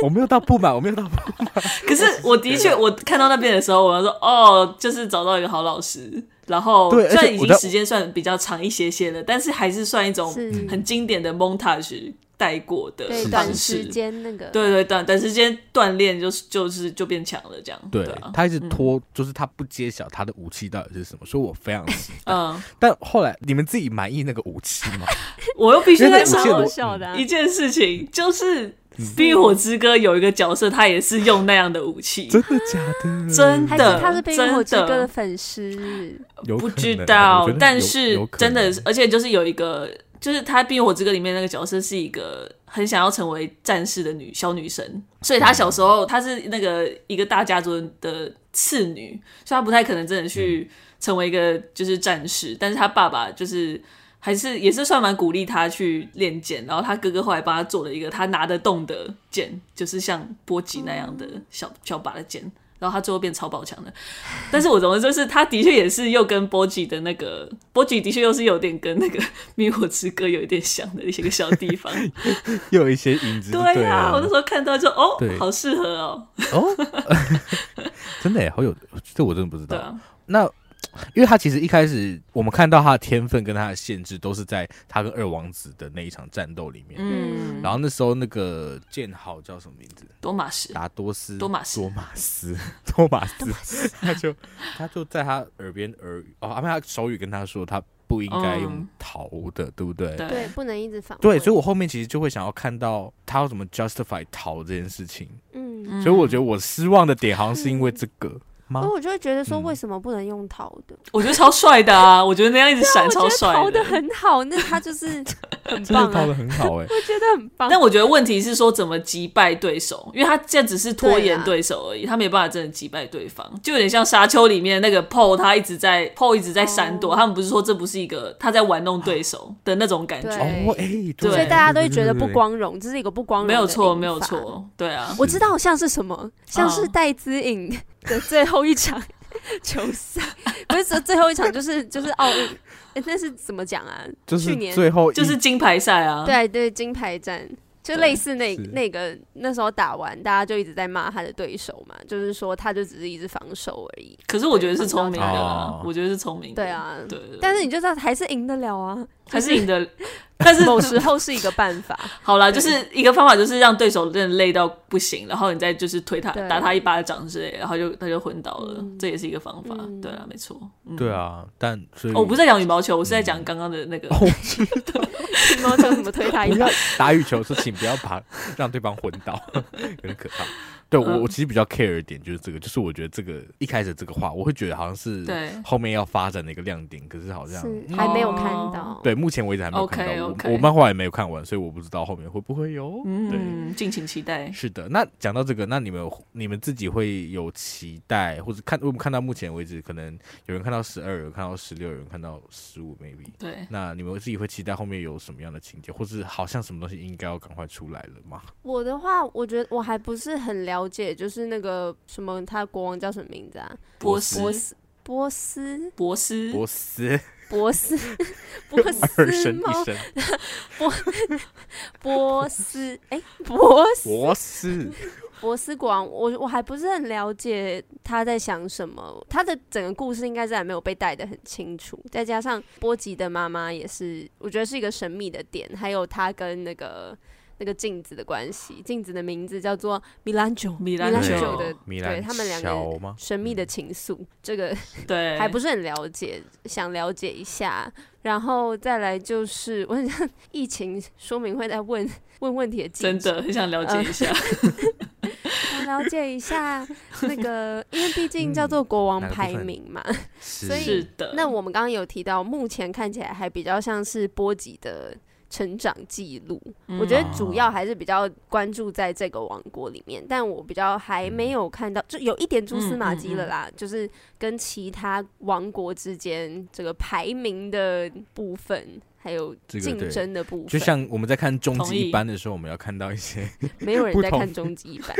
我没有到不满，我没有到不满， 可是我的确，我看到那边的时候，我要说哦，就是找到一个好老师。然后对而且虽然已我经在时间算比较长一些些了，但是还是算一种是哦很经典的 montage 带过的对是短方式时。间那个，对对，短短时间锻炼就是就是就变强了这样。对啊，他一直拖，就是他不揭晓他的武器到底是什么，所以我非常期待。嗯， 但后来你们自己满意那个武器 吗？我又必须因为再那说无限嗯蛮好我笑的啊，一件事情，就是《冰与火之歌》有一个角色，他也是用那样的武器，真的假的？真还的是他是《冰与火之歌》真的的粉丝，有可不能知我道觉得，但有是有可真的能是，呃而且就是有一个，就是他《冰与火之歌》里面那个角色是一个很想要成为战士的女小女生，所以她小时候她是那个一个大家族的次女，所以她不太可能真的去成为一个就是战士，但是她爸爸就是。还是也是算蛮鼓励她去练剑，然后她哥哥后来帮她做了一个她拿得动的剑，就是像波吉那样的小小把的剑，然后她最后变超爆强的。 但是我总之就是，他的确也是又跟波吉的那个波吉的确又是有点跟那个《 迷火之歌》有一点像的一些个小地方。又有一些影子就了。 对啊，我那时候看到就哦对，好适合哦， 哦， 真的耶好有，这我真的不知对道。啊，那因为他其实一开始我们看到他的天分跟他的限制都是在他跟二王子的那一场战斗里面。嗯，然后那时候那个剑豪叫什么名字？多马什，达多斯，多马斯多马斯，多马斯，他就他就在他耳边耳语哦，阿妹他手语跟他说，他不应该用嗯逃的，对不对？对对，，不能一直访问，对，所以我后面其实就会想要看到他要怎么 justify 逃这件事情，嗯。哦嗯所以我觉得我失望的点好像是因为这个所吗以？我就会觉得说，嗯为什么不能用陶的？我觉得超帅的啊， 我觉得那样一直闪我觉超得陶帅的很好，那他 就是很真棒的逃啊的，很好哎、我觉得很棒。但我觉得问题是说怎么击败对手，因为他这只是拖延对手而已，他没办法真的击败对方，就有点像沙丘里面那个 PO，他一直在 PO 一直在闪躲，哦他们不是说这不是一个他在玩弄对手的那种感觉对，哦哎、对所以大家都会觉得对不对对光荣，这是一个不光荣的没有错，赢没有法。错，对啊，我知道像是什么，像是嗯戴资颖的最后一场 球赛， 不是说最后一场就是就是奥运，诶那是怎么讲啊？就是去年最后一就是金牌赛啊，对对，金牌战就类似那是那个那时候打完，大家就一直在骂他的对手嘛，就是说他就只是一直防守而已。可是我觉得是聪明的啦哦，我觉得是聪明的，对，啊，对对，对但是你就知道还是赢得了啊，还 是赢的，但是某时候是一个办 法。好啦，就是一个方法，就是让对手真的累到不行，然后你再就是推他对打他一巴掌之类，然后就他就昏倒了，嗯这也是一个方法，嗯对啊，没错，嗯对。啊，但所以哦，我不是在讲羽毛球，我是在讲刚刚的那个。哦乒乓球怎么推他一不把要？ 打羽球，说请不要把让对方昏倒， 有点可怕。对我，我其实比较 care 的点就是这个，就是我觉得这个一开始这个话，我会觉得好像是对后面要发展的一个亮点，可是好像嗯是还没有看哦到。对目前为止还没有看到， OK，OK 我我漫画也没有看完，所以我不知道后面会不会有。对，嗯，敬请期待。是的。那讲到这个，那你们你们自己会有期待，或者看我们看到目前为止，可能有人看到十二，有人看到十六，有人看到十五，maybe。对，那你们自己会期待后面有什么样的情节，或是好像什么东西应该要赶快出来了吗？我的话，我觉得我还不是很了解，就是那个什么，他国王叫什么名字啊？博波斯，斯。波斯，博嗯斯，博斯博斯，波 二斯声猫一，声，波斯， 哎、波斯，博斯， 博斯国王，我我还不是很了解他在想什么，他的整个故事应该是还没有被带得很清楚，再加上波吉的妈妈也是，我觉得是一个神秘的点，还有他跟那个那个镜子的关系。镜子的名字叫做米兰九，米兰兰对九的，米对兰他们两乔个吗？神秘的情愫，这个对，还不是很了解，想了解一下。然后再来就是，我很像 疫情说明会在问问问题的记者真的很想了解一呃下。想了解一下那个，因为毕竟叫做国王嗯哪个部排分名嘛。所所以是的，那我们刚刚有提到，目前看起来还比较像是波及的成长记录。嗯我觉得哦主要还是比较关注在这个王国里面，但我比较还嗯没有看到，就有一点蛛丝马迹了啦，就是跟其他王国之间这个排名的部分。还有这个竞对争的部分，就像我们在看终同极意一班的时候，我们要看到一 些，没有人不在同看终极 一班，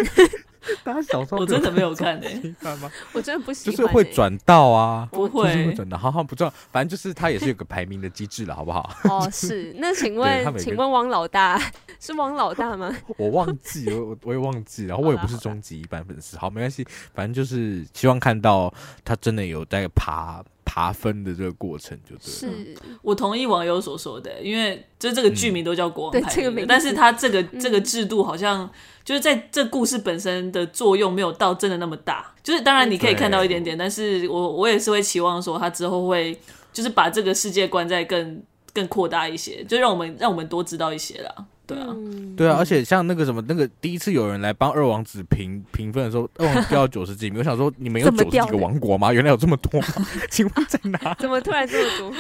大家小时我真的没有 看诶、一班吗？我真的不喜就欢、是会欸转到啊，不就是会会。转到，好好不重要，反正就是它也是有个排名的机制了，好不好？ 哦，是。那请对他问，每个请问汪老大是汪老大吗？我忘记，我我我也忘 记，然后我也不是终极一般粉丝，好，没关系，反正就是希望看到他真的有在爬爬分的这个过程，就 对了。 是，我同意网友所说的，因为就这个剧名都叫国王对排这个名名的，字嗯但是它这个这个制度好像就是在这故事本身的作用没有到真的那么大。就是当然你可以看到一点点，但是我我也是会期望说他之后会就是把这个世界观再更更扩大一些，就让我们让我们多知道一些啦。对啊， 嗯对啊，而且像那个什么，那个第一次有人来帮二王子评评分的时候， 二王子掉到九十几名，我想说你们有怎九么十几掉个的王国吗？原来有这么 多吗，请问在哪？怎么突然这么多？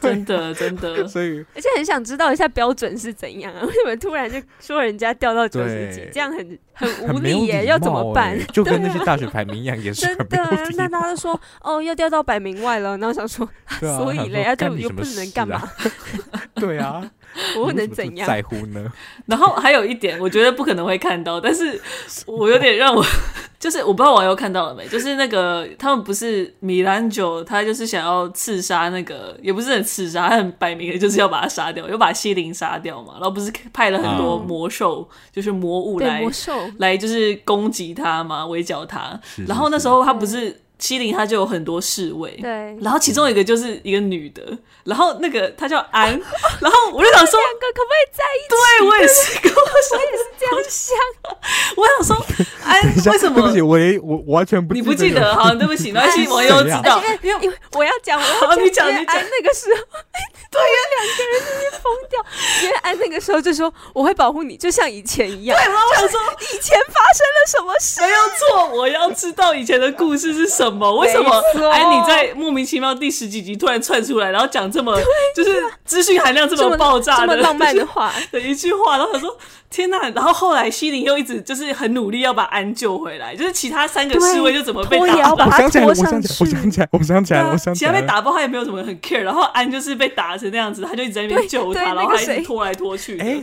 真的真的所以 而且很想知道一下标准是怎样啊？为什么突然就说人家掉到九十几对，这样很很无很没有理耶、礼要怎么貌办欸？ 就跟对那啊些大学排名一样，也是真很没的有啊，礼那貌。大家 都说哦，要掉到百名外了，然后想说，对啊所以想嘞，说啊干就你又什不么能事干嘛啊？ 对啊， 我为又什能么怎这么样？在乎呢？然后还有一点，我觉得不可能会看到，但是我有点让我就是我不知道网友看到了没，就是那个他们不是米兰九，他就是想要刺杀那个，也不是很刺杀，他很摆明的就是要把他杀掉，又把西林杀掉嘛，然后不是派了很多嗯魔兽，就是魔物对来魔 兽，来就是攻击他嘛，围剿他。是然后那是时候他不是西林，他就有很多侍卫，对，然后其中一个就是一个女的，然后那个她叫安，然后我就 想说，两个可不可以在 一起？对我也是， 跟我想也是这样想，我想说，哎，等一下为什对不么起，我也我我完全不你不记记得？好，对不起，那些网友啊知道而。且哎因为因为我要讲，我要哦好你讲讲袁你讲安那个时候，哎对，两个人在那边疯掉。袁安那个时候就说：“我会保护你，就像以前一样。”然后我想说，以前发生了什么事？没有错，我要知道以前的故事是什么？为什么没错哎你在莫名其妙第十几集突然窜出来，然后讲这么就是资讯含量这这么么爆炸这么的哎浪漫的话， 的一句话，然后他说：“天呐！”然后后来西林又一直就是很努力要把安救回来，就是其他三个侍卫就怎么被拖也打要把我他想起来了，我拖上想起来，我想去。起来，我想起来了，我想其起他来被了。打爆，他也没有什么很 care。然后安就是被打成那样子，他就一直在那对边救对他，然那后个还一谁直拖来拖去的。哎，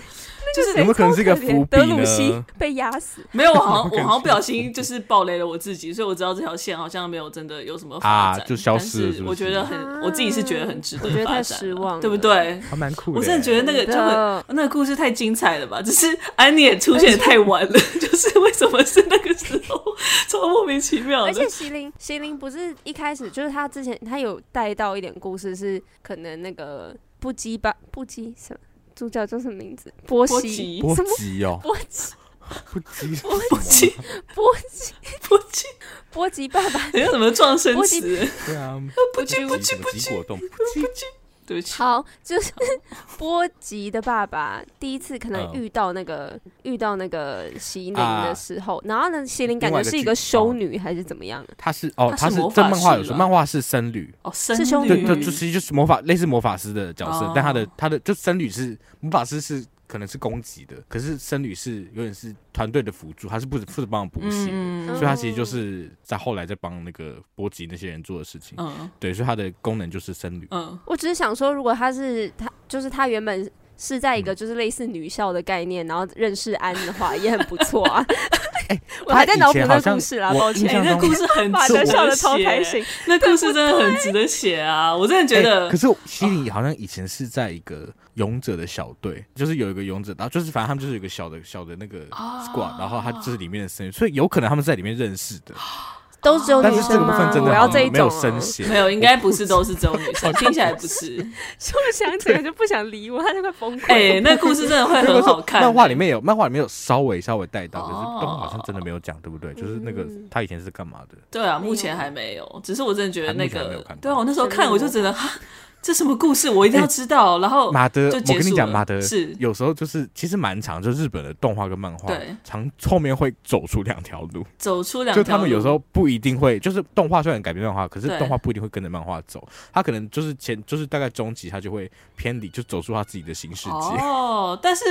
就是有没有可能是一个谁超伏可怜笔德鲁西呢？被压死， 没有，我好像我好像不小心就是暴雷了我自己，所以我知道这条线好像没有真的有什么发展，啊就消失了但是是不是我觉得很，我自己是觉得很值得我觉得太发展啊失望了对不对？还蛮酷的欸。我真的觉得那个真就的很，那个故事太精彩了吧？只是安妮也出现的太晚了， 就是为什么是那个时候，超莫名其妙而且的。席琳，席琳不是一开始就是他之前他有带到一点故事，是可能那个不羁吧，不羁什么主角叫什么名字？波波西，奇波什么及哦，波吉波及，波奇， 波吉波奇，波吉爸爸。很像什么撞声波奇词？ 对啊，不去不去什么不吉去果冻，不去，对不起， 好，就是 波吉的爸爸第一次可能嗯遇到那个、遇到那个席琳啊的时候，然后呢，席琳感另外觉一个是一剧个修哦女还是怎么样啊？他是哦，他他是是魔这法漫画师有说，啦漫画是僧侣，哦，僧是兄侣对，他就其实就是魔法类似魔法师的角色哦，但他的他的就僧侣是魔法师是可能是攻击的，可是僧侣是有点是团队的辅助，他是不负责帮忙补习的，嗯所以他其实就是在后来在帮那个波及那些人做的事情。嗯对，所以他的功能就是僧侣。嗯，我只是想说，如果他是他，就是他原本是在一嗯个就是类似女校的概念，然后认识安的话，也很不错 啊。 我还在哎他以脑补前那好像故事啦，我抱印歉。哎，象那中 故事很马值德得笑的超开写，欸心，那故事真的很值得写啊！我真的觉欸得可，是西里好像以前是在一个勇者的小队，就是有一个勇者，然后就是反正他们就是有一哦个小的小的那个 squad，、然后他就是里面的僧侣，所以有可能他们是在里面认识的。都哦只有但女是这个生部分吗？真的好我要像这一没有种、啊深 写，没有，应该不是都是只有女 生，听起来不是。就想起来就不想理我，他就快崩溃。哎、那故事真的会如很果是好看。漫画里面有，漫画里面有稍微稍微带到，可是哦嗯动画好像真的没有讲，对不对？就是那个他以前是干嘛的？对啊，目前还没有，只是我真的觉得那还目前还没有个看，到哎对啊，我那时候看我就觉得哈，这什么故事，我一定要知道。然后马德，哦就我结跟你束讲，了马德是有时候就是其实蛮长，就日本的动画跟漫画对，常后面会走出两条路，走出两就条路，他们有时候不一定会，就是动画虽然改编漫画，可是对动画不一定会跟着漫画走，他可能就是前就是大概中期他就会偏离，就走出他自己的新世界。哦，但是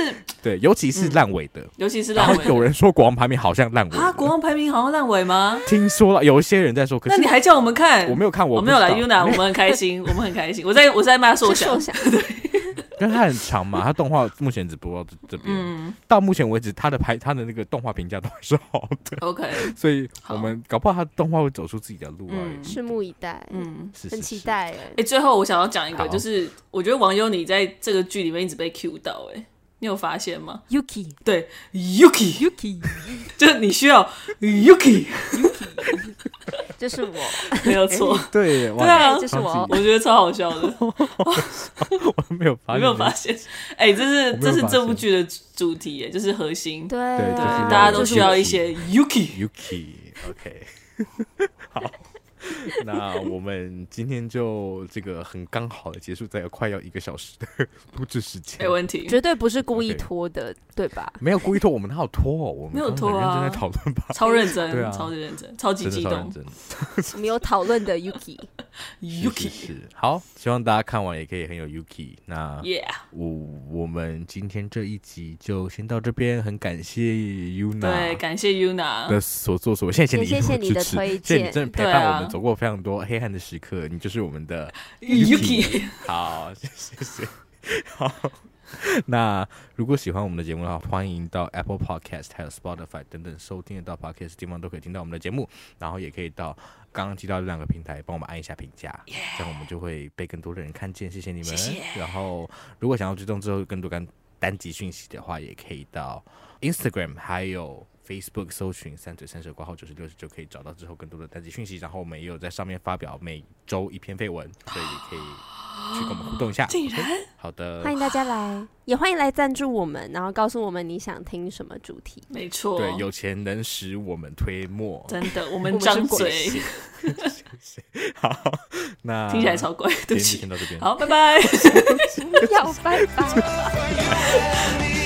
对，尤其是烂尾的，尤其是然烂后尾的有人说国王排名好像烂尾啊，的国王排名好像烂尾吗？听说了，有一些人在说，可那是你还叫我们看？我没有看，我我没有来来 Yuna，我们很开心，我们很开心。我在我在骂就硕受翔，想， 因为它很长嘛，它动画目前只播到这这边，嗯到目前为止，它的排它的那个动画评价都还是好的， ，OK，所以好我们搞不好它动画会走出自己的路啊，嗯拭目以待，嗯。是很期。待哎哎、。最后我想要讲一好个，就是我觉得网友你在这个剧里面一直被 Q 到、哎，你有发现吗？ Yuki 对，Yuki， Yuki，就是你需要 Yuki，就是我， 没有是是错哎，对耶，对啊哇就是我超级我觉得超好笑 的。我没有发现，有没有发现？哎、这是我没有这是发现这部剧的主题耶，就是核心。对啊对就是大我家都就是需要一 Yuki 些 Yuki。 Yuki，OK，好，那我们今天就这个很刚好的结束在快要一个小时的录制时间没。欸问题，绝对不是故意 OK 拖的，对吧？没有故意拖，我们哪有拖哦？我们没有刚刚很拖啊认真在讨论 吧，超认真，对啊超级认真，超级真的激超认动。真。我们有讨论的 Yuki，是 Yuki，Yeah，是好，希望大家看完也可以很有 Yuki。那我我们今天这一集就先到这边，很感谢对， Yuna 感谢 Yuna，的所作所为，谢谢你，也谢谢你的支持推谢谢你荐真的陪对啊伴我们走过非常多黑暗的时刻，你就是我们 的 Yuki 好，谢谢谢，好。那如果喜欢我们的节目的话，欢迎到 Apple Podcast 还有 Spotify 等等收听得到 Podcast 地方都可以听到我们的节目，然后也可以到刚刚提到的两个平台帮我们按一下评价这样我们就会被更多的人看见。谢谢你们。谢谢然后如果想要追踪之后更多单单集讯息的话，也可以到 Instagram 还有 Facebook 搜寻三嘴三舌挂号九十六十就可以找到之后更多的单集讯息。然后我们也有在上面发表每周一篇绯闻，所以也可以去跟我们互动一下。 竟然好的，欢迎大家来，也欢迎来赞助我们，然后告诉我们你想听什么主题。没错，对，有钱能使我们推磨。真的，我我们们是张鬼嘴 谢谢， 好，那听起来超怪，对今天不就起先。到这边。好，拜拜。要拜拜。 「君の声が聞こえる」